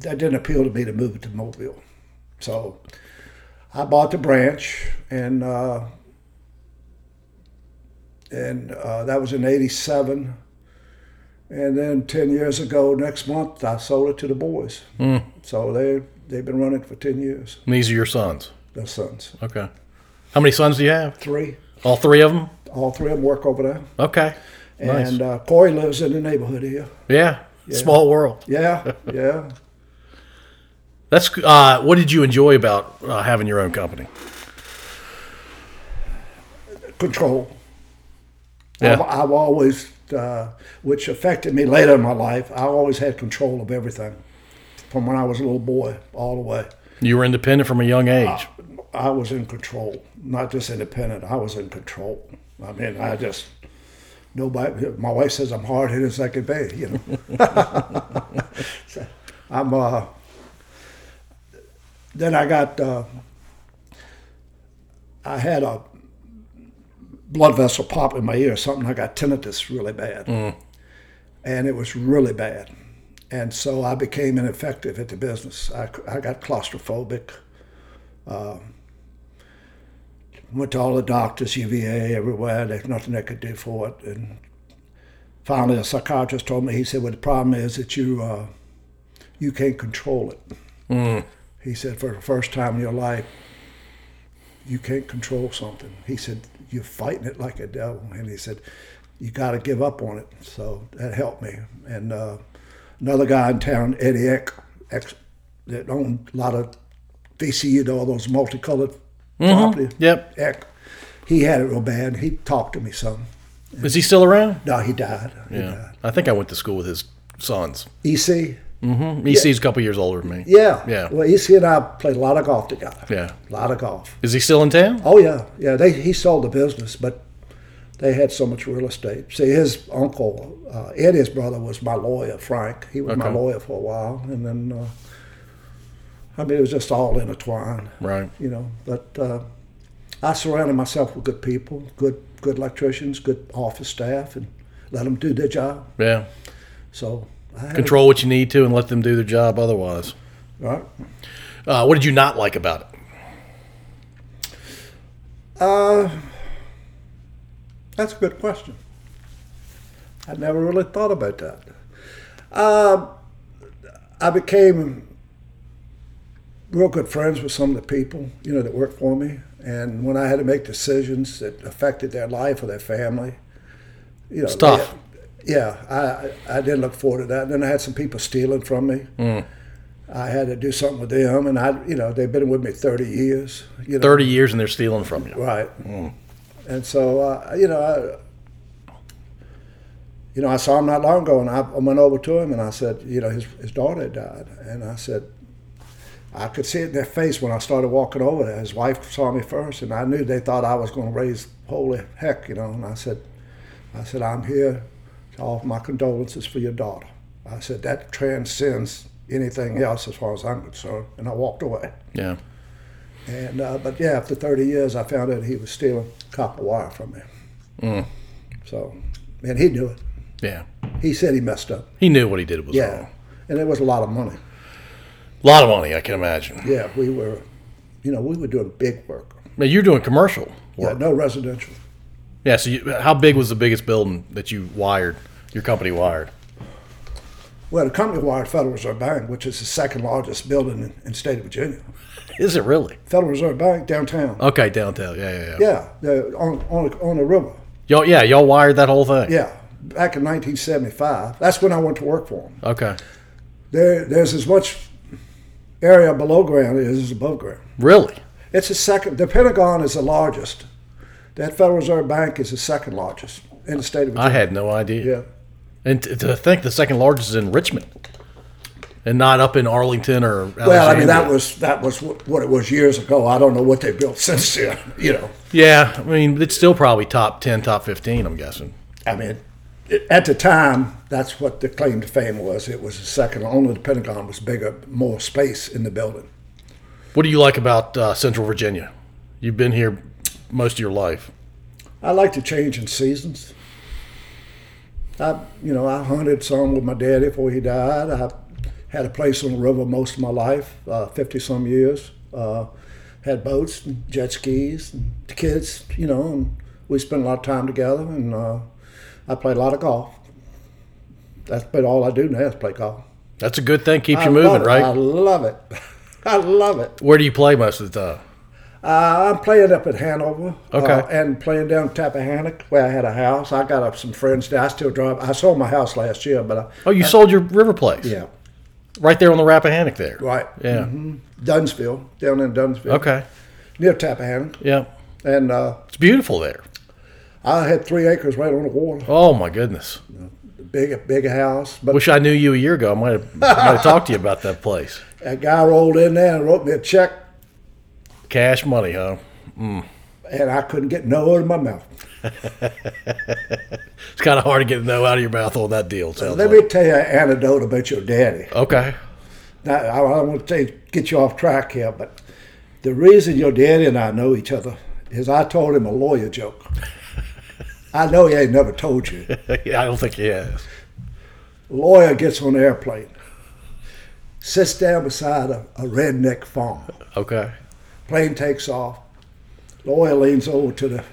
that didn't appeal to me to move to Mobile, so I bought the branch and uh, and uh, that was in '87. And then ten years ago, next month, I sold it to the boys. So they they've been running for ten years. And these are your sons. Their sons, Okay. How many sons do you have? three, All three of them. all three of them work over there. Okay. Nice. And uh, Corey lives in the neighborhood here. yeah. Small world. Yeah, [LAUGHS] yeah. That's uh, what did you enjoy about uh, having your own company? control. Yeah. I've, I've always, uh, which affected me later in my life, I always had control of everything from when I was a little boy all the way. You were independent from a young age. I was in control, not just independent. I was in control. I mean, I just nobody. My wife says I'm hard headed as I can be. You know, So, [LAUGHS] I'm. Uh, then I got. Uh, I had a blood vessel pop in my ear. Something I got tinnitus really bad, and it was really bad. And so I became ineffective at the business. I, I got claustrophobic went to all the doctors, UVA, everywhere. There's nothing they could do for it. And finally, a psychiatrist told me, he said, "Well, the problem is that you uh, you can't control it." He said, "For the first time in your life, you can't control something." He said, "You're fighting it like a devil," and he said, "You got to give up on it." So that helped me. And uh, another guy in town, Eddie Eck, ex, that owned a lot of VCU, all those multicolored property. Yep. Eck, he had it real bad. He talked to me some. Is he still around? No, he died. He Yeah. I think I went to school with his sons. died. EC? EC's a couple years older than me. Yeah. Mm-hmm. Yeah. Well, EC and I played a lot of golf together. Yeah. A lot of golf. Is he still in town? Oh, yeah. Yeah. They, he sold the business, but they had so much real estate. See, his uncle, uh, Ed, his brother, was my lawyer, Frank. He was my Okay. lawyer for a while. And then, uh, I mean, it was just all intertwined. Right. you know. But uh, I surrounded myself with good people, good good electricians, good office staff, and let them do their job. Yeah. So I had a- Control what you need to and let them do their job otherwise. right. Uh, what did you not like about it? That's a good question. I never really thought about that. Uh, I became real good friends with some of the people, you know, that worked for me. And when I had to make decisions that affected their life or their family, you know, tough. Yeah, I I didn't look forward to that. And then I had some people stealing from me. I had to do something with them, and I, you know, they've been with me thirty years. You know, 30 years and they're stealing from you. Right. And so, uh, you know, I, you know, I saw him not long ago, and I went over to him and I said, you know, his his daughter had died, and I said, I could see it in their face when I started walking over there. His wife saw me first, and I knew they thought I was going to raise holy heck, you know. And I said, I said, I'm here to offer my condolences for your daughter. I said that transcends anything else as far as I'm concerned, and I walked away. Yeah. And uh, but yeah, after 30 years, I found out he was stealing copper wire from me. So, and he knew it. Yeah. He said he messed up. He knew what he did was Yeah, wrong. and it was a lot of money. A lot of money, I can imagine. Yeah, we were, you know, we were doing big work. Now, you're doing commercial Yeah, work. no residential. Yeah. So, you, how big was the biggest building that you wired, your company wired? Well, the company wired Federal Reserve Bank, which is the second largest building in, in the state of Virginia. Is it really? Federal Reserve Bank downtown. Okay, downtown. Yeah, yeah, yeah. yeah, the, on on the, on the river. Y'all, yeah, y'all wired that whole thing. Yeah, back in 1975. That's when I went to work for him. Okay. There, there's as much area below ground as is above ground. Really? It's the second. The Pentagon is the largest. That Federal Reserve Bank is the second largest in the state of I Virginia. had no idea. yeah, And t- to think the second largest is in Richmond, and not up in Arlington or. well, I mean that Alexandria. was that was wh- what it was years ago. I don't know what they built [LAUGHS] since then. You know, Yeah, I mean it's still probably top ten, top fifteen. I'm guessing. I mean, it, at the time, that's what the claim to fame was. It was the second. Only the Pentagon was bigger, more space in the building. What do you like about uh, Central Virginia? You've been here most of your life. I like to change in seasons. I, you know, I hunted some with my daddy before he died. I had a place on the river most of my life, fifty some years. Uh, had boats and jet skis and the kids, you know, and we spent a lot of time together. And uh, I played a lot of golf. That's about all I do now is play golf. That's a good thing. Keeps I you love moving, it. I right? love it. [LAUGHS] I love it. Where do you play most of the time? Uh, I'm playing up at Hanover. Okay. uh, and playing down Tappahannock where I had a house. I got up some friends there. I still drive. I sold my house last year, but I, Oh, you sold your river place. Uh, yeah, Right there on the Rappahannock there. right. Mm-hmm. Yeah. Dunsville, down in Dunsville. Okay. Near Tappahannock. Yeah. And uh, It's beautiful there. I had three acres right on the water. Oh my goodness. Big, big house. But Wish I knew you a year ago. I might have, might have talked to you about that place. a guy rolled in there and wrote me a check, Cash money, huh? and I couldn't get no out of my mouth. It's kind of hard to get a no out of your mouth on that deal. it Sounds Let like. me tell you an anecdote about your daddy. Okay. [LAUGHS] Now, I, I don't want to take, get you off track here, but the reason your daddy and I know each other is I told him a lawyer joke. I know he ain't never told you. yeah, I don't think he has. Lawyer gets on the airplane, sits down beside a, a redneck farm. Okay. Plane takes off. Lawyer leans over to the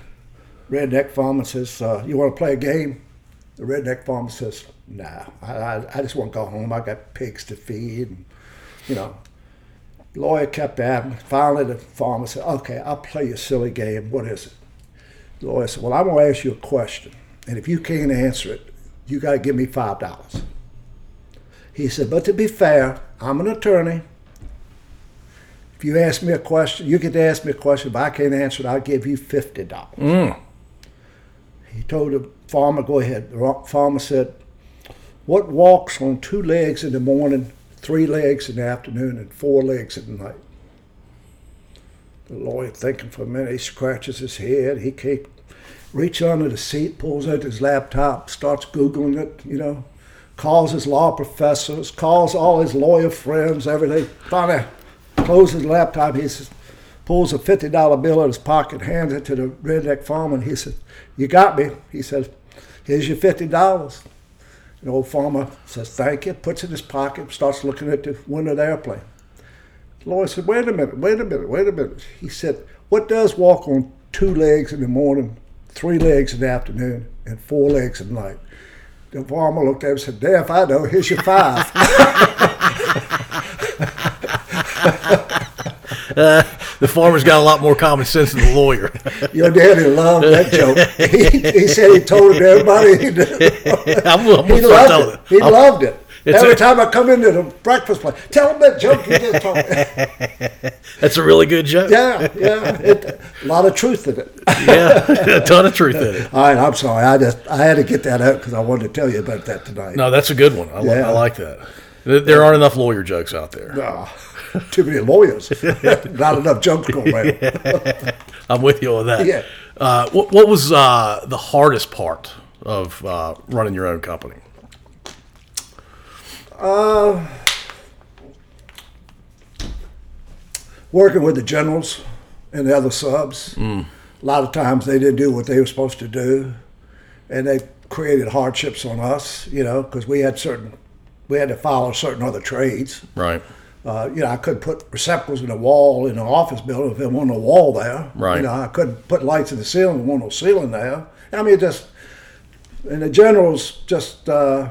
redneck farm and says, uh, "You want to play a game?" The redneck farmer says, "Nah, I, I, I just want to go home. I got pigs to feed." And, you know, lawyer kept at him. Finally, the farmer said, "Okay, I'll play your silly game. What is it?" The lawyer said, "Well, I'm going to ask you a question, and if you can't answer it, you got to give me five dollars." He said, "But to be fair, I'm an attorney." If you ask me a question, you get to ask me a question. If I can't answer it, I'll give you fifty dollars. He told the farmer, go ahead. The ro- farmer said, what walks on two legs in the morning, three legs in the afternoon, and four legs at night? The lawyer thinking for a minute, he scratches his head. He can't reach under the seat, pulls out his laptop, starts Googling it, you know, calls his law professors, calls all his lawyer friends, everything. Finally, closes the laptop. He says, pulls a $50 bill out of his pocket, hands it to the redneck farmer, and he says, You got me. He says, Here's your $50. The old farmer says, Thank you, puts it in his pocket, starts looking at the window of the airplane. The lawyer said, Wait a minute, wait a minute, wait a minute. He said, What does walk on two legs in the morning, three legs in the afternoon, and four legs at night? The farmer looked at him and said, Damn, if I know, here's your five. [LAUGHS] The farmer's got a lot more common sense than the lawyer. [LAUGHS] Your daddy loved that joke. [LAUGHS] He, he said he told it to everybody. He, I'm, I'm he gonna start telling loved it. He I'm- loved it. [LAUGHS] It's Every a- time I come into the breakfast place, tell him that joke you just told. me." [LAUGHS] That's a really good joke. yeah, yeah. It, a lot of truth in it. yeah, [LAUGHS] a ton of truth in it. All right, I'm sorry. I just I had to get that out because I wanted to tell you about that tonight. No, that's a good one. I, li- Yeah. I like that. There- There aren't enough lawyer jokes out there. Ah, too many lawyers. Not enough jokes going around. I'm with you on that. Yeah. Uh, what, what was uh, the hardest part of uh, running your own company? Working with the generals and the other subs. A lot of times they didn't do what they were supposed to do, and they created hardships on us. You know, because we had certain we had to follow certain other trades. Right. Uh, you know, I couldn't put receptacles in the wall in the office building if there wasn't a wall there. Right. You know, I couldn't put lights in the ceiling if there wasn't no ceiling there. I mean, it just, and the generals just, uh,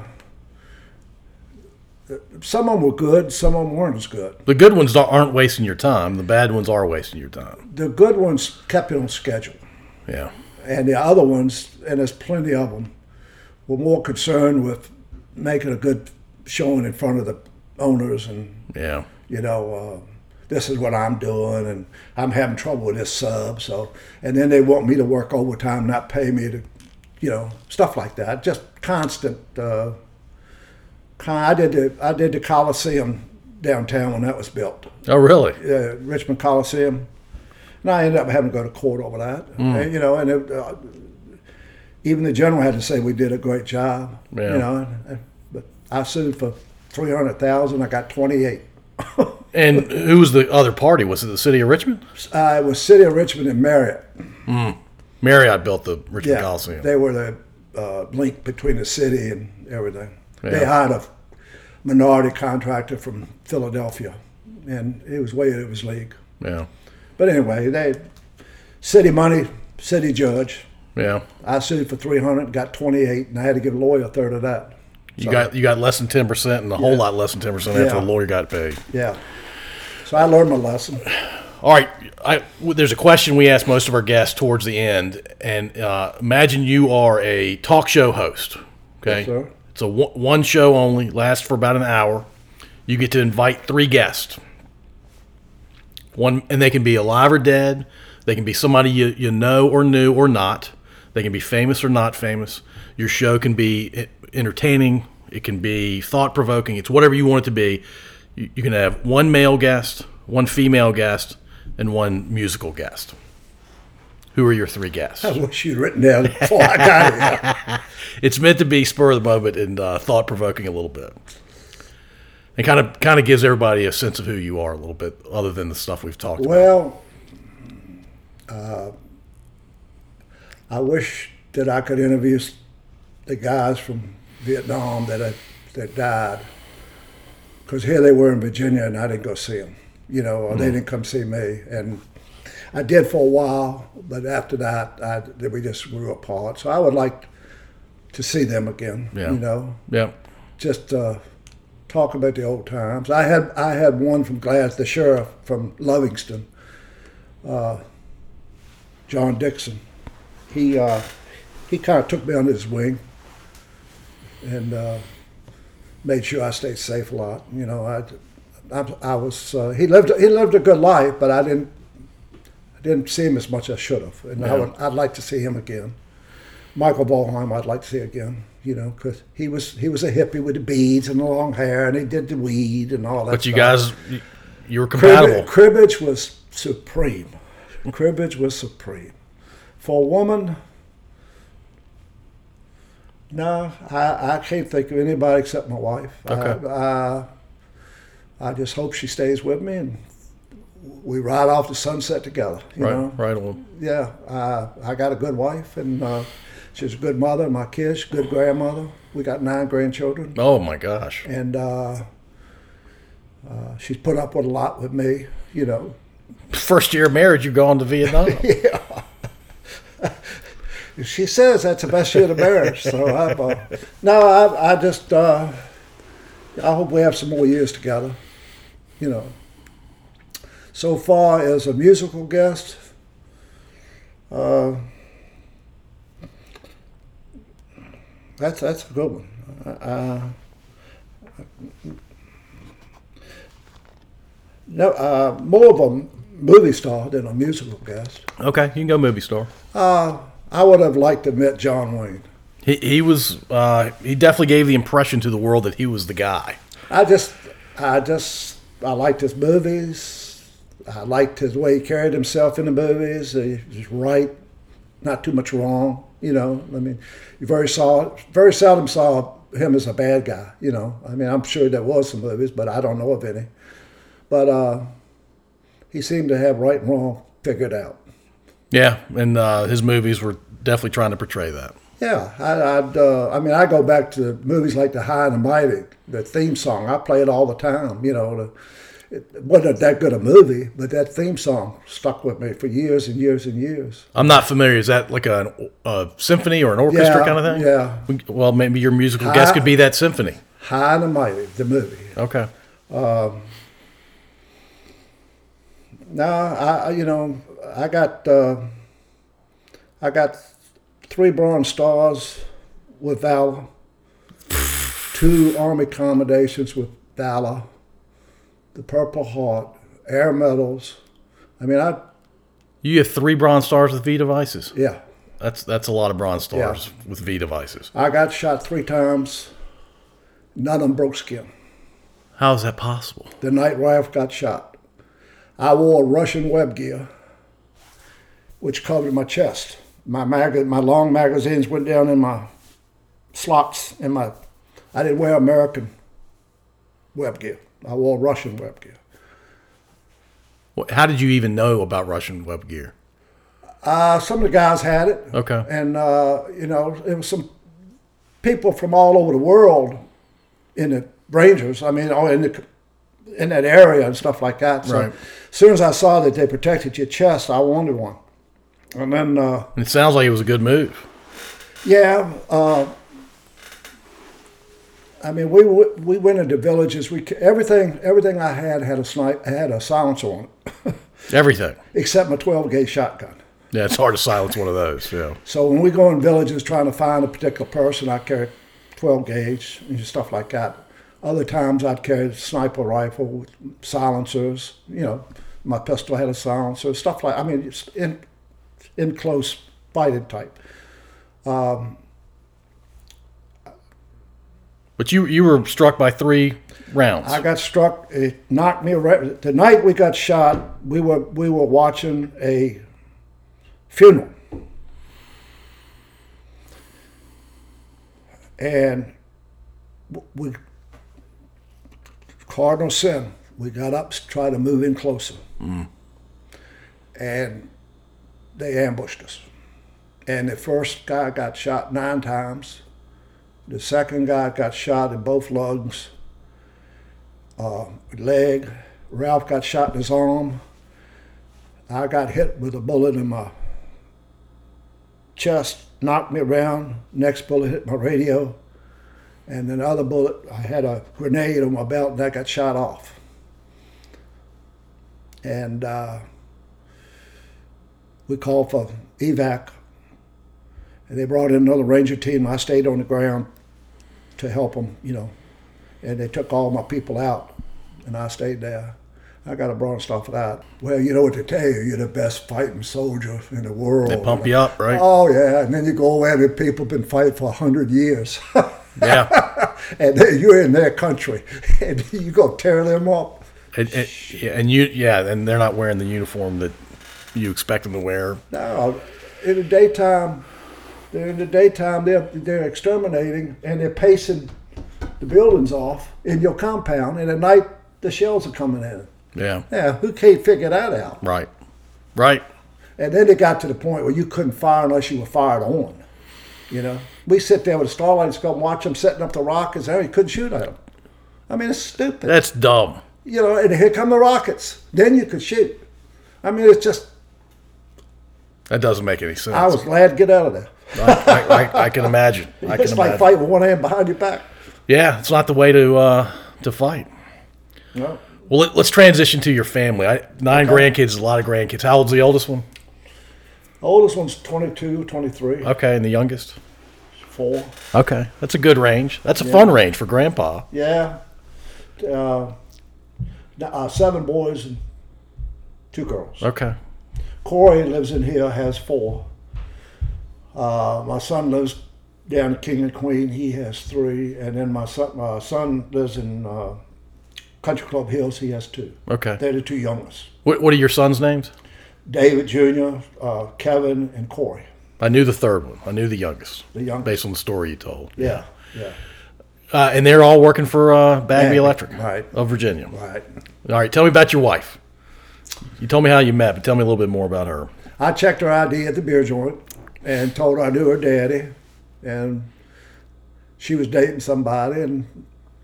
some of them were good, some of them weren't as good. The good ones don't- aren't wasting your time. The bad ones are wasting your time. The good ones kept it on schedule, Yeah. and the other ones, and there's plenty of them, were more concerned with making a good showing in front of the owners and Yeah. you know, uh, this is what I'm doing, and I'm having trouble with this sub. So, and then they want me to work overtime, not pay me to, you know, stuff like that. Just constant. Uh, con- I did the I did the Coliseum downtown when that was built, Oh, really? uh, Richmond Coliseum, and I ended up having to go to court over that. And, you know, and it, uh, even the general had to say we did a great job. Yeah. You know, and- and, but I sued for three hundred thousand. I got twenty [LAUGHS] eight. And who was the other party? Was it the city of Richmond? Uh, it was City of Richmond and Marriott. Marriott built the Richmond Yeah, Coliseum. they were the uh, link between the city and everything. They Yeah. hired a minority contractor from Philadelphia, and it was way out of his league. yeah. But anyway, they city money, city judge. Yeah. I sued for three hundred, got twenty eight, and I had to give a lawyer a third of that. You got you got less than ten percent, and a whole lot less than ten percent after Yeah. the lawyer got paid. Yeah. So I learned my lesson. [LAUGHS] All right, I, w- there's a question we ask most of our guests towards the end, and uh, imagine you are a talk show host. Okay, Yes, sir. it's a one, one show only, lasts for about an hour. You get to invite three guests. One, and they can be alive or dead. They can be somebody you, you know or knew or not. They can be famous or not famous. Your show can be e- entertaining. It can be thought provoking. It's whatever you want it to be. You, you can have one male guest, one female guest, and one musical guest. Who are your three guests? I wish you'd written down before I got here. It's meant to be spur of the moment and uh, thought provoking a little bit. It kind of kind of gives everybody a sense of who you are a little bit, other than the stuff we've talked about. Well, uh, I wish that I could interview s- the guys from Vietnam that had, that died, because here they were in Virginia and I didn't go see them. You know, or they didn't come see me, and I did for a while, but after that, I, that we just grew apart. So I would like to see them again. Yeah. You know, Yeah. just uh, talk about the old times. I had I had one from Glass, the sheriff from Lovingston, uh, John Dixon. He uh, he kind of took me under his wing and uh, made sure I stayed safe a lot. You know, I I, I was uh, he lived he lived a good life, but I didn't. I Didn't see him as much as I should have, and I Yeah. would, I'd like to see him again. Michael Ballheim, I'd like to see again. You know, because he was he was a hippie with the beads and the long hair, and he did the weed and all that. But you stuff. guys, you- you were Crib- compatible. cribbage was supreme. cribbage was supreme. For a woman, no, I, I can't think of anybody except my wife. Okay. I, I, I just hope she stays with me and we ride off to sunset together. You Right, know? right on. Yeah, I, I got a good wife and uh, she's a good mother. My kids, good grandmother. We got nine grandchildren Oh my gosh. and uh, uh, she's put up with a lot with me, you know. First year of marriage, you've gone to [LAUGHS] Vietnam. She says that's the best year of marriage. So I, uh, no, I, I just, uh, I hope we have some more years together, you know. So far as a musical guest, uh, that's that's a good one. Uh, no, uh, more of a movie star than a musical guest. Okay, you can go movie star. Uh, I would have liked to met John Wayne. He, he was uh, he definitely gave the impression to the world that he was the guy. I just, I just, I liked his movies. I liked his way he carried himself in the movies. He was right, not too much wrong. You know, I mean, you very saw, very seldom saw him as a bad guy. You know, I mean, I'm sure there was some movies, but I don't know of any. But uh, he seemed to have right and wrong figured out. Yeah, and uh, his movies were definitely trying to portray that. Yeah, I, I'd, uh, I mean, I go back to movies like The High and the Mighty, the theme song. I play it all the time. You know, the, it wasn't that good a movie, but that theme song stuck with me for years and years and years. I'm not familiar. Is that like a, a symphony or an orchestra Yeah, kind of thing? yeah. We- Well, maybe your musical guest could be that symphony. High and the Mighty, the movie. Okay. No, I, I- you know, I got, uh, I got three Bronze Stars with Valor, two Army commendations with Valor, the Purple Heart, Air Medals. I mean, I, You have three bronze stars with V devices. yeah, That's that's a lot of bronze stars with V devices. I got shot three times. None of them broke skin. How is that possible? The night Ralph got shot, I wore Russian web gear, which covered my chest. My mag- my long magazines went down in my slots. In my, I didn't wear American web gear. I wore Russian web gear. Wh- How did you even know about Russian web gear? Uh, some of the guys had it. Okay. And, uh, you know, it was some people from all over the world in the Rangers, I mean, or in, the, in that area and stuff like that. So Right. as soon as I saw that they protected your chest, I wanted one. And then, uh, And it sounds like it was a good move. yeah, uh, I mean, we w- we went into villages. We c- everything everything I had had a snipe had a silencer on it, Everything. except my 12 gauge shotgun. Yeah, it's hard to silence one of those. Yeah. So when we go in villages trying to find a particular person, I carry 12 gauge and stuff like that. Other times I'd carry a sniper rifle, with silencers. You know, my pistol had a silencer, stuff like. I mean, it's in in close fighting type. But you you were struck by three rounds. I got struck. It knocked me around. The night we got shot, we were we were watching a funeral, and w- we cardinal sin. We got up, tried to move in closer, and they ambushed us. And the first guy got shot nine times. The second guy got shot in both lungs leg. Ralph got shot in his arm. I got hit with a bullet in my chest, knocked me around. Next bullet hit my radio. And then the other bullet, I had a grenade on my belt and that got shot off. And uh, we called for evac. And they brought in another Ranger team. I stayed on the ground to help them, you know. And they took all my people out and I stayed there. I got a bronze star for that. Well, you know what they tell you, you're the best fighting soldier in the world. They pump you up, right? Oh, yeah. And then you go in and people have been fighting for 100 years. [LAUGHS] Yeah. and then you're in their country [LAUGHS] and you go tear them up. And, and, yeah, and you, yeah, and they're not wearing the uniform that you expect them to wear. Now, in the daytime, during the daytime, they're, they're exterminating and they're pacing the buildings off in your compound. And at night, the shells are coming in. Yeah. Yeah, who can't figure that out? Right. Right. And then it got to the point where you couldn't fire unless you were fired on. You know, we sit there with a starlight scope and watch them setting up the rockets. and you couldn't shoot at them. I mean, it's stupid. That's dumb. you know, and here come the rockets. Then you could shoot. I mean, it's just. That doesn't make any sense. I was glad to get out [LAUGHS] of there. I, I, [LAUGHS] I, I can imagine. I can it's like imagine. fighting with one hand behind your back. Yeah, it's not the way to uh, to fight. No. Well, let, us transition to your family. I, nine grandkids is a lot of grandkids. How old's the oldest one? Oldest one's 22, 23, Okay, and the youngest. four. Okay, that's a good range. That's a fun range for grandpa. Yeah. Uh, n- uh, seven boys and two girls. Okay, Corey lives in here, has four. Uh, my son lives down at King and Queen, he has three. And then my son, my son lives in uh, Country Club Hills, he has two. okay. They're the two youngest What, what are your sons' names? David Jr., uh, Kevin, and Corey, I knew the third one. I knew the youngest, the youngest. based on the story you told. Yeah, yeah. Uh, and they're all working for uh, Bagby Bagby, Electric right. of Virginia. All right. All right, tell me about your wife. You told me how you met, but tell me a little bit more about her. I checked her ID at the beer joint and told her I knew her daddy, and she was dating somebody, and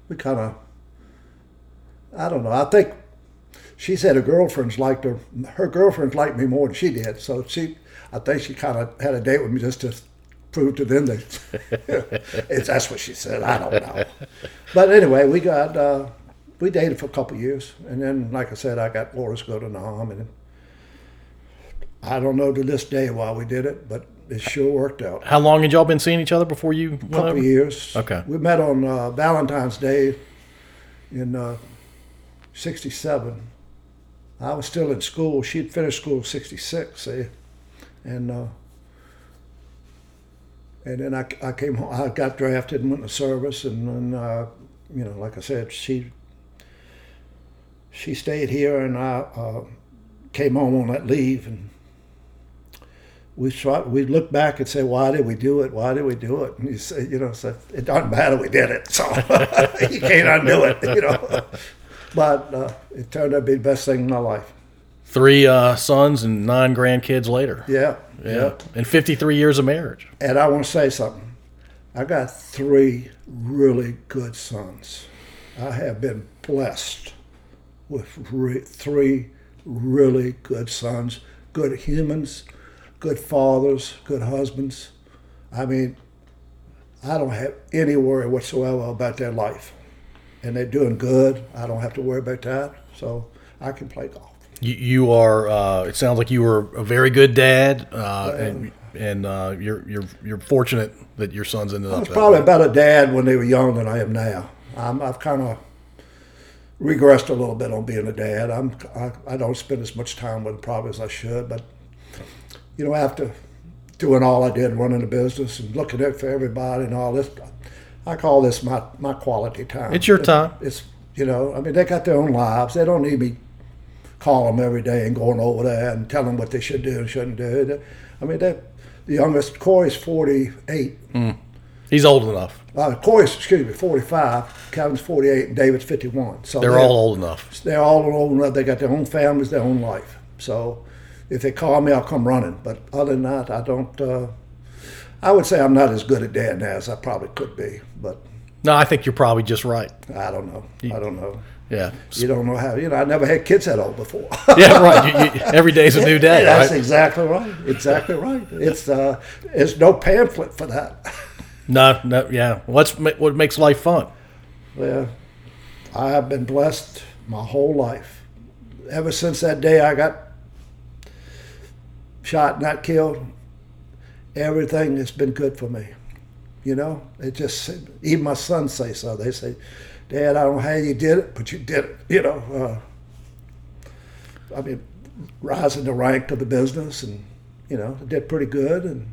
we kind of, I don't know. I think she said her girlfriends liked her. Her girlfriends liked me more than she did, so she, I think she kind of had a date with me just to prove to them that [LAUGHS] it's, that's what she said. I don't know, but anyway, we got uh, we dated for a couple years, and then like I said, I got orders to go to Nam and. I don't know to this day why we did it, but it sure worked out. How long had y'all been seeing each other before you went A couple over? of years. Okay. We met on uh, Valentine's Day in uh, '67. I was still in school. She'd finished school '66, see, and uh, and then I, I came home. I got drafted and went to service, and then uh, you know, like I said, she she stayed here, and I uh, came home on that leave, and we try, we look back and say, why did we do it? Why did we do it? And you say, you know, so it doesn't matter. We did it, so [LAUGHS] you can't undo it, you know. [LAUGHS] But uh, it turned out to be the best thing in my life. Three uh, sons and nine grandkids later. Yeah, yeah. And 53 years of marriage. And I want to say something. I got three really good sons. I have been blessed with re- three really good sons, good humans, good fathers, good husbands. I mean, I don't have any worry whatsoever about their life. And they're doing good. I don't have to worry about that. So I can play golf. You, you are. Uh, it sounds like you were a very good dad, uh, and and uh, you're you're you're fortunate that your sons ended I up. was that probably way. about a dad when they were young than I am now. I'm, I've kind of regressed a little bit on being a dad. I'm, I, I don't spend as much time with them probably as I should, but you know, after doing all I did, running the business and looking out for everybody and all this, I call this my, my quality time. It's your time. It's you know, I mean, they got their own lives. They don't need me calling them every day and going over there and telling them what they should do and shouldn't do. They- I mean, they, the youngest Corey's forty-eight. He's old enough. Uh, Corey's, excuse me, 45, Kevin's 48, and David's 51. So They're all old enough. They're all old enough. They got their own families, their own life. So if they call me, I'll come running. But other than that, I don't. Uh, I would say I'm not as good at dad now as I probably could be, but No, I think you're probably just right. I don't know. I don't know. Yeah. You don't know how. You know, I never had kids that old before. [LAUGHS] Yeah, right. You, you, every day's a [LAUGHS] new [LAUGHS] day, That's right? exactly right. Exactly right. It's uh, it's no pamphlet for that. [LAUGHS] No, no, yeah. What's ma- what makes life fun? Well, I have been blessed my whole life. Ever since that day I got shot, not killed, everything has been good for me. You know, it just even my sons say so. They say, "Dad, I don't know how you did it, but you did it." You know, uh, I mean, rising the rank of the business, and you know, did pretty good, and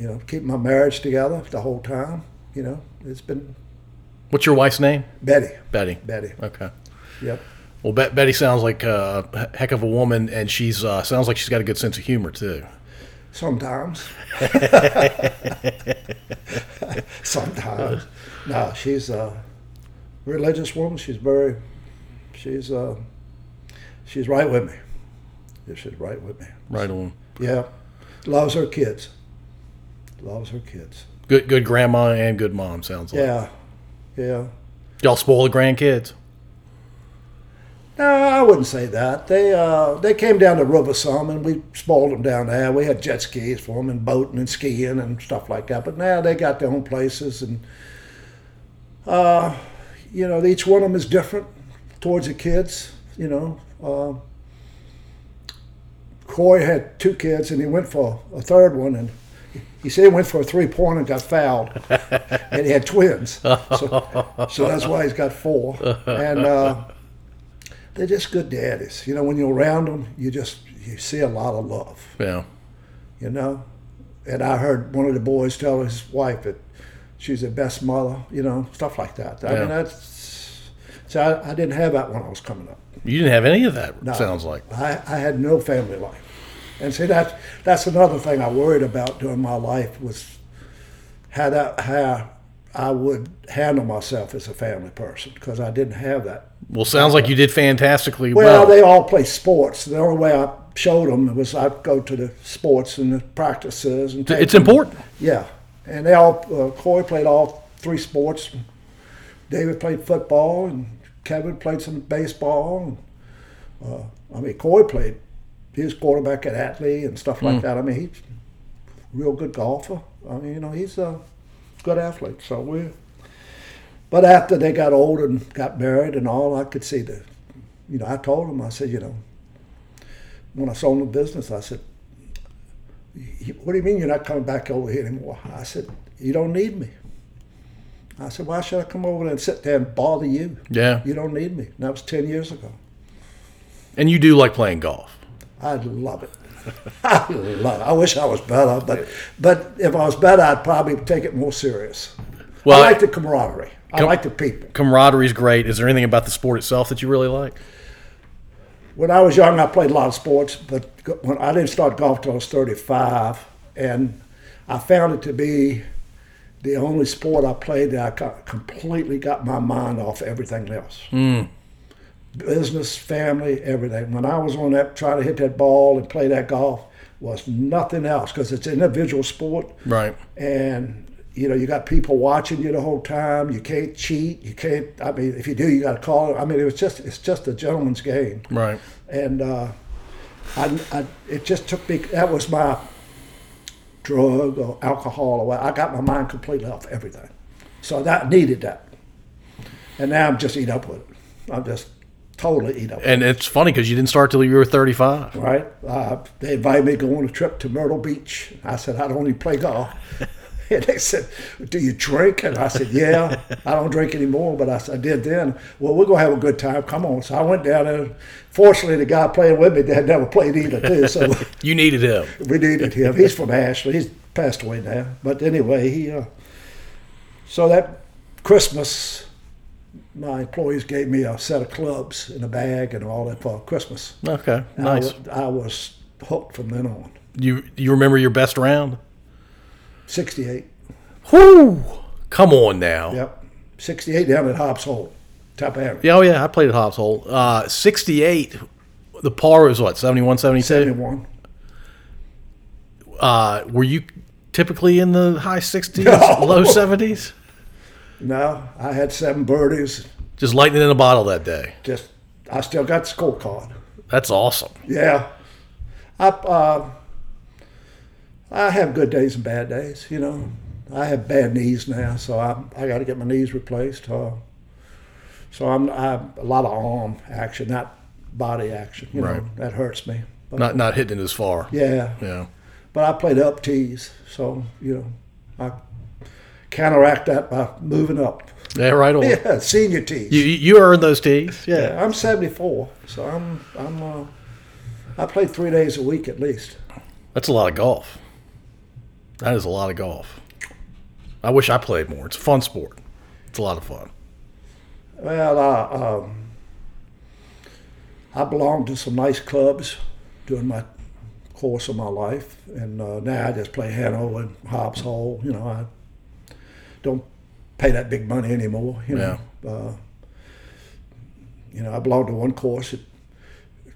you know, keep my marriage together the whole time. You know, it's been What's your wife's name? Betty, Betty. Betty. Okay. Yep. Well, Bet- Betty sounds like uh, a he- heck of a woman, and she's uh, sounds like she's got a good sense of humor too. Sometimes. Sometimes. No, she's a religious woman. She's very, she's uh, she's right with me. Yeah, She's right with me. Right on. Yeah, loves her kids. Loves her kids. Good, good grandma and good mom sounds like. Yeah, yeah. Y'all spoil the grandkids. No, I wouldn't say that. They uh, they came down the river some, and we spoiled them down there. We had jet skis for them, and boating and skiing and stuff like that. But now they got their own places, and uh, you know, each one of them is different towards the kids. You know, uh, Coy had two kids, and he went for a third one, and he said he went for a three pointer and got fouled, and he had twins, so, so that's why he's got four, and. Uh, they're just good daddies. You know, when you're around them, you just you see a lot of love. Yeah. You know, and I heard one of the boys tell his wife that she's the best mother. You know, stuff like that. I Yeah. mean, that's so I, I didn't have that when I was coming up. You didn't have any of that. Sounds like. I, I had no family life, and see that's that's another thing I worried about during my life was how that how I would handle myself as a family person because I didn't have that Well, sounds like you did fantastically Well, well. they all play sports. The only way I showed them was I'd go to the sports and the practices and take it's them. important. Yeah, and they all uh, Corey played all three sports. David played football, and Kevin played some baseball. And, uh, I mean, Corey played. He was quarterback at Atlee and stuff like that. I mean, he's a real good golfer. I mean, you know, he's a good athlete. So we. But after they got older and got married and all, I could see the, you know, I told him, I said, you know, when I sold the business, I said, "You- what do you mean you're not coming back over here anymore? I said, you don't need me. I said, why should I come over there and sit there and bother you? Yeah. You don't need me. And that was 10 years ago. And you do like playing golf. I love it. [LAUGHS] I love it. I wish I was better, but but if I was better, I'd probably take it more serious. Well, I like the camaraderie. I like the people. Camaraderie's great. Is there anything about the sport itself that you really like? When I was young, I played a lot of sports, but go- when I didn't start golf till I was 35, and I found it to be the only sport I played that I co- completely got my mind off everything else. Business, family, everything. When I was on that, trying to hit that ball and play that golf, was nothing else because it's an individual sport. Right. and you know you got people watching you the whole time. You can't cheat. You can't. I mean, if you do, you got to call it. I mean, it was just it's just a gentleman's game, Right. and uh, I, I it just took me. That was my drug or alcohol or what. I got my mind completely off everything, so that I needed that, and now I'm just eat up with it. I'm just totally eat up. with it, And it's funny because you didn't start till you were 35. Right? Uh, they invited me to go on a trip to Myrtle Beach. I said, I don't even play golf. [LAUGHS] And they said, Do you drink? And I said, Yeah, I don't drink anymore, but I, said, I did then. Well, we're going to have a good time. Come on. So I went down there. Fortunately, the guy playing with me had never played either, too. So [LAUGHS] You needed him. we needed him. He's from Ashland. He's passed away now. But anyway, he. Uh, so that Christmas, my employees gave me a set of clubs in a bag and all that for Christmas. Okay. I Nice. wa- I was hooked from then on. You you remember your best round? 68. Whoo! Come on now. Yep. 68 down at Hobbs Hole, top area. Yeah, oh yeah, I played at Hobbs Hole. Uh, 68, the par was what, 71, 72? 71. Uh, were you typically in the high 60s, No. low 70s? No, I had seven birdies. Just lightning in a bottle that day. Just, I still got the scorecard. That's awesome. Yeah. I, uh, I have good days and bad days, you know. I have bad knees now, so I, I got to get my knees replaced. Uh, so I'm I have a lot of arm action, not body action. You know, Right. that hurts me. But Not not hitting it as far. yeah, Yeah. But I played up [LAUGHS] tees, so you know, I counteract that by moving up. Yeah, right on. Yeah, senior tees. You, you earned those tees. Yeah. Yeah, I'm 74, so I'm I'm uh, I play three days a week at least. That's a lot of golf. That is a lot of golf. I wish I played more. It's a fun sport. It's a lot of fun. Well, I um, I belong to some nice clubs during my course of my life, and uh, now I just play Hanover and Hobbs Hole. You know, I don't pay that big money anymore. You know, uh, you know, I belong to one course. It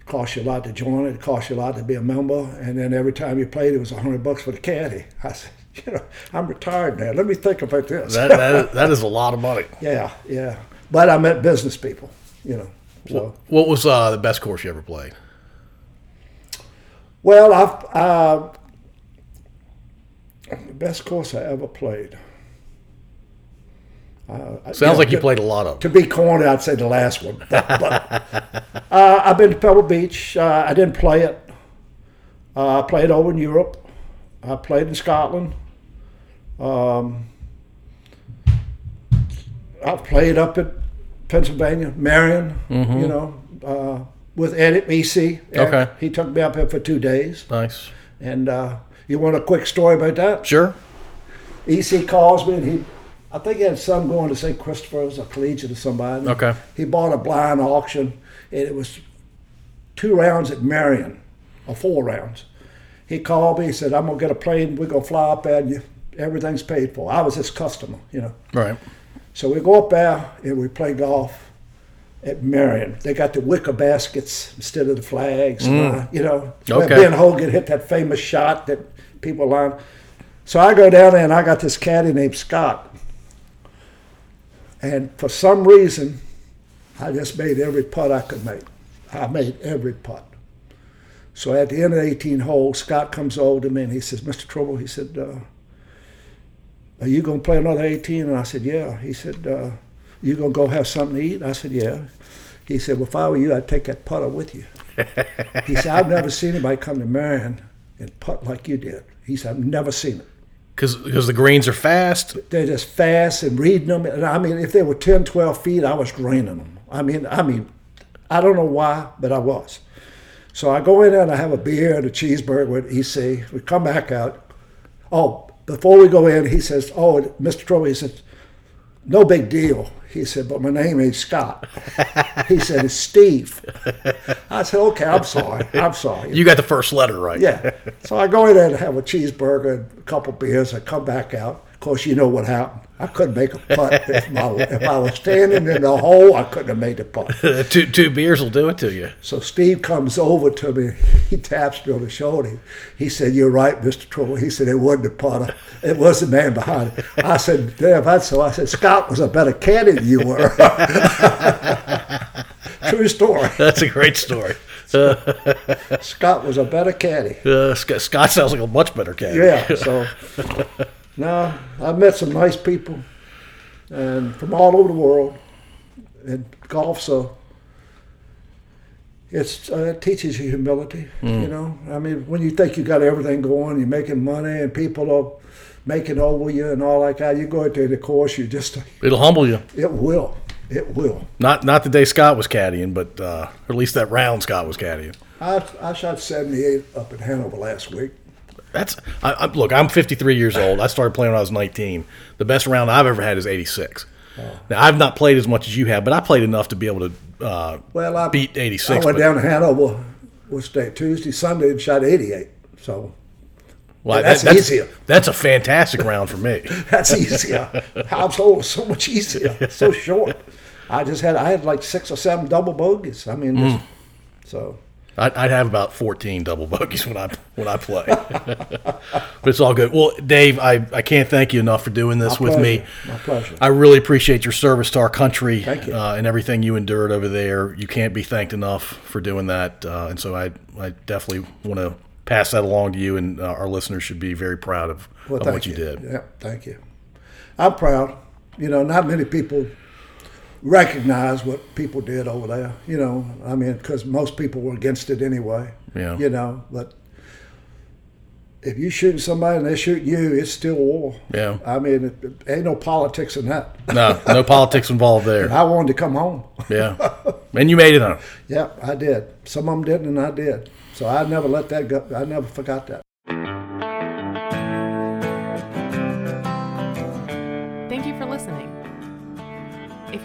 costs you a lot to join it. It costs you a lot to be a member, and then every time you played, it was a hundred bucks for the caddy. [LAUGHS] I said, you know, I'm retired now. Let me think about this. That, that, [LAUGHS] that is a lot of money. Yeah, yeah. But I met business people, you know. So, What was uh, the best course you ever played? well, I've uh, the best course I ever played. Uh, I- Sounds yeah, like you to- played a lot of To them. be corny, I'd say the last one. [LAUGHS] But, but, uh, I've been to Pebble Beach. Uh, I didn't play it. Uh, I played over in Europe. I played in Scotland. Um, I played up at Pennsylvania, Marion, you know, uh, with Edit BC. Okay. He took me up here for two days. Nice. And uh, you want a quick story about that? Sure. EC calls me and he, I think he had some going to St. Christopher's or Collegiate or somebody. Okay. He bought a blind auction and it was two rounds at Marion or four rounds. He called me, he said, I'm going to get a plane, we're going to fly up there and you, everything's paid for. I was his customer, you know. Right. So we go up there and we play golf at Marion. They got the wicker baskets instead of the flags. uh, you know, where Okay. Ben Hogan hit that famous shot that people line. So I go down there and I got this caddy named Scott. And for some reason, I just made every putt I could make. I made every putt. So at the end of 18 holes, Scott comes over to me and he says, Mr. Trouble, he said, uh, are you going to play another 18? And I said, yeah. He said, uh, you going to go have something to eat? I said, yeah. He said, well, if I were you, I'd take that putter with you. he said, I've never seen anybody come to Marion and putt like you did. He said, I've never seen it. Because the greens are fast. They're just fast and reading them. And I mean, if they were 10, 12 feet, I was draining them. I mean, I mean, I don't know why, but I was. So I go in there and I have a beer and a cheeseburger with EC. We come back out. Oh, before we go in, he says, Oh, Mr. Troy, he says, No big deal. He said, But my name ain't Scott. he said, It's Steve. I said, Okay, I'm sorry. I'm sorry. You got the first letter right. Yeah. [LAUGHS] So I go in there and have a cheeseburger and a couple beers. I come back out. Of course, you know what happened. I couldn't make a putt. if, my, if I was standing in the hole, I couldn't have made the putt. [LAUGHS] two, two beers will do it to you. So Steve comes over to me. He taps me on the shoulder. He said, "You're right, Mr. Troy." He said, "It wasn't the putter. It was the man behind it." I said, "Damn, that's so." I said, "Scott was a better caddy than you were." [LAUGHS] True story. That's a great [LAUGHS] story. Scott was a better caddy. Uh, Scott, Scott sounds like a much better cat. [LAUGHS] Yeah. So no, I met some nice people, and from all over the world. And golf's a it's uh, it teaches you humility. Hmm. You know, I mean, when you think you got everything going, you're making money, and people are making over you and all like that. You go into the course, you just It'll humble you. it will, it will. Not not the day Scott was caddying, but uh, or at least that round Scott was caddying. I I shot 78 up in Hanover last week. That's I, I, look. I'm 53 years old. I started playing when I was 19. The best round I've ever had is 86. Oh. Now I've not played as much as you have, but I played enough to be able to uh, Well, I beat 86. I but- went down to Hanover, what's day Tuesday, Sunday, and shot 88. So well, yeah, that- that's easier. That's a fantastic round for me. [LAUGHS] That's easier. Household is so much easier. [LAUGHS] It's so short. I just had I had like six or seven double bogeys. I mean, Mm. just, so I'd, I'd have about 14 double bogeys when I when I play, but it's all good. Well, Dave, I, I can't thank you enough for doing this with me. pleasure. My pleasure. I really appreciate your service to our country Thank you. Uh, and everything you endured over there. You can't be thanked enough for doing that. Uh, and so I, I definitely want to pass that along to you, and uh, our listeners should be very proud of, well, of thank what you, did. Yeah, thank you. I'm proud. You know, not many people recognize what people did over there. You know, I mean, because most people were against it anyway. Yeah. You know, but if you shooting somebody and they're shooting you, it's still war. Yeah. I mean, it, it ain't no politics in that. [CLEARS THROAT] No, no politics involved [LAUGHS] there. I wanted to come home. Yeah. And you made it home. Yeah, I did. Some of them didn't, and I did. So I never let that go. I never forgot that. Thank you for listening. If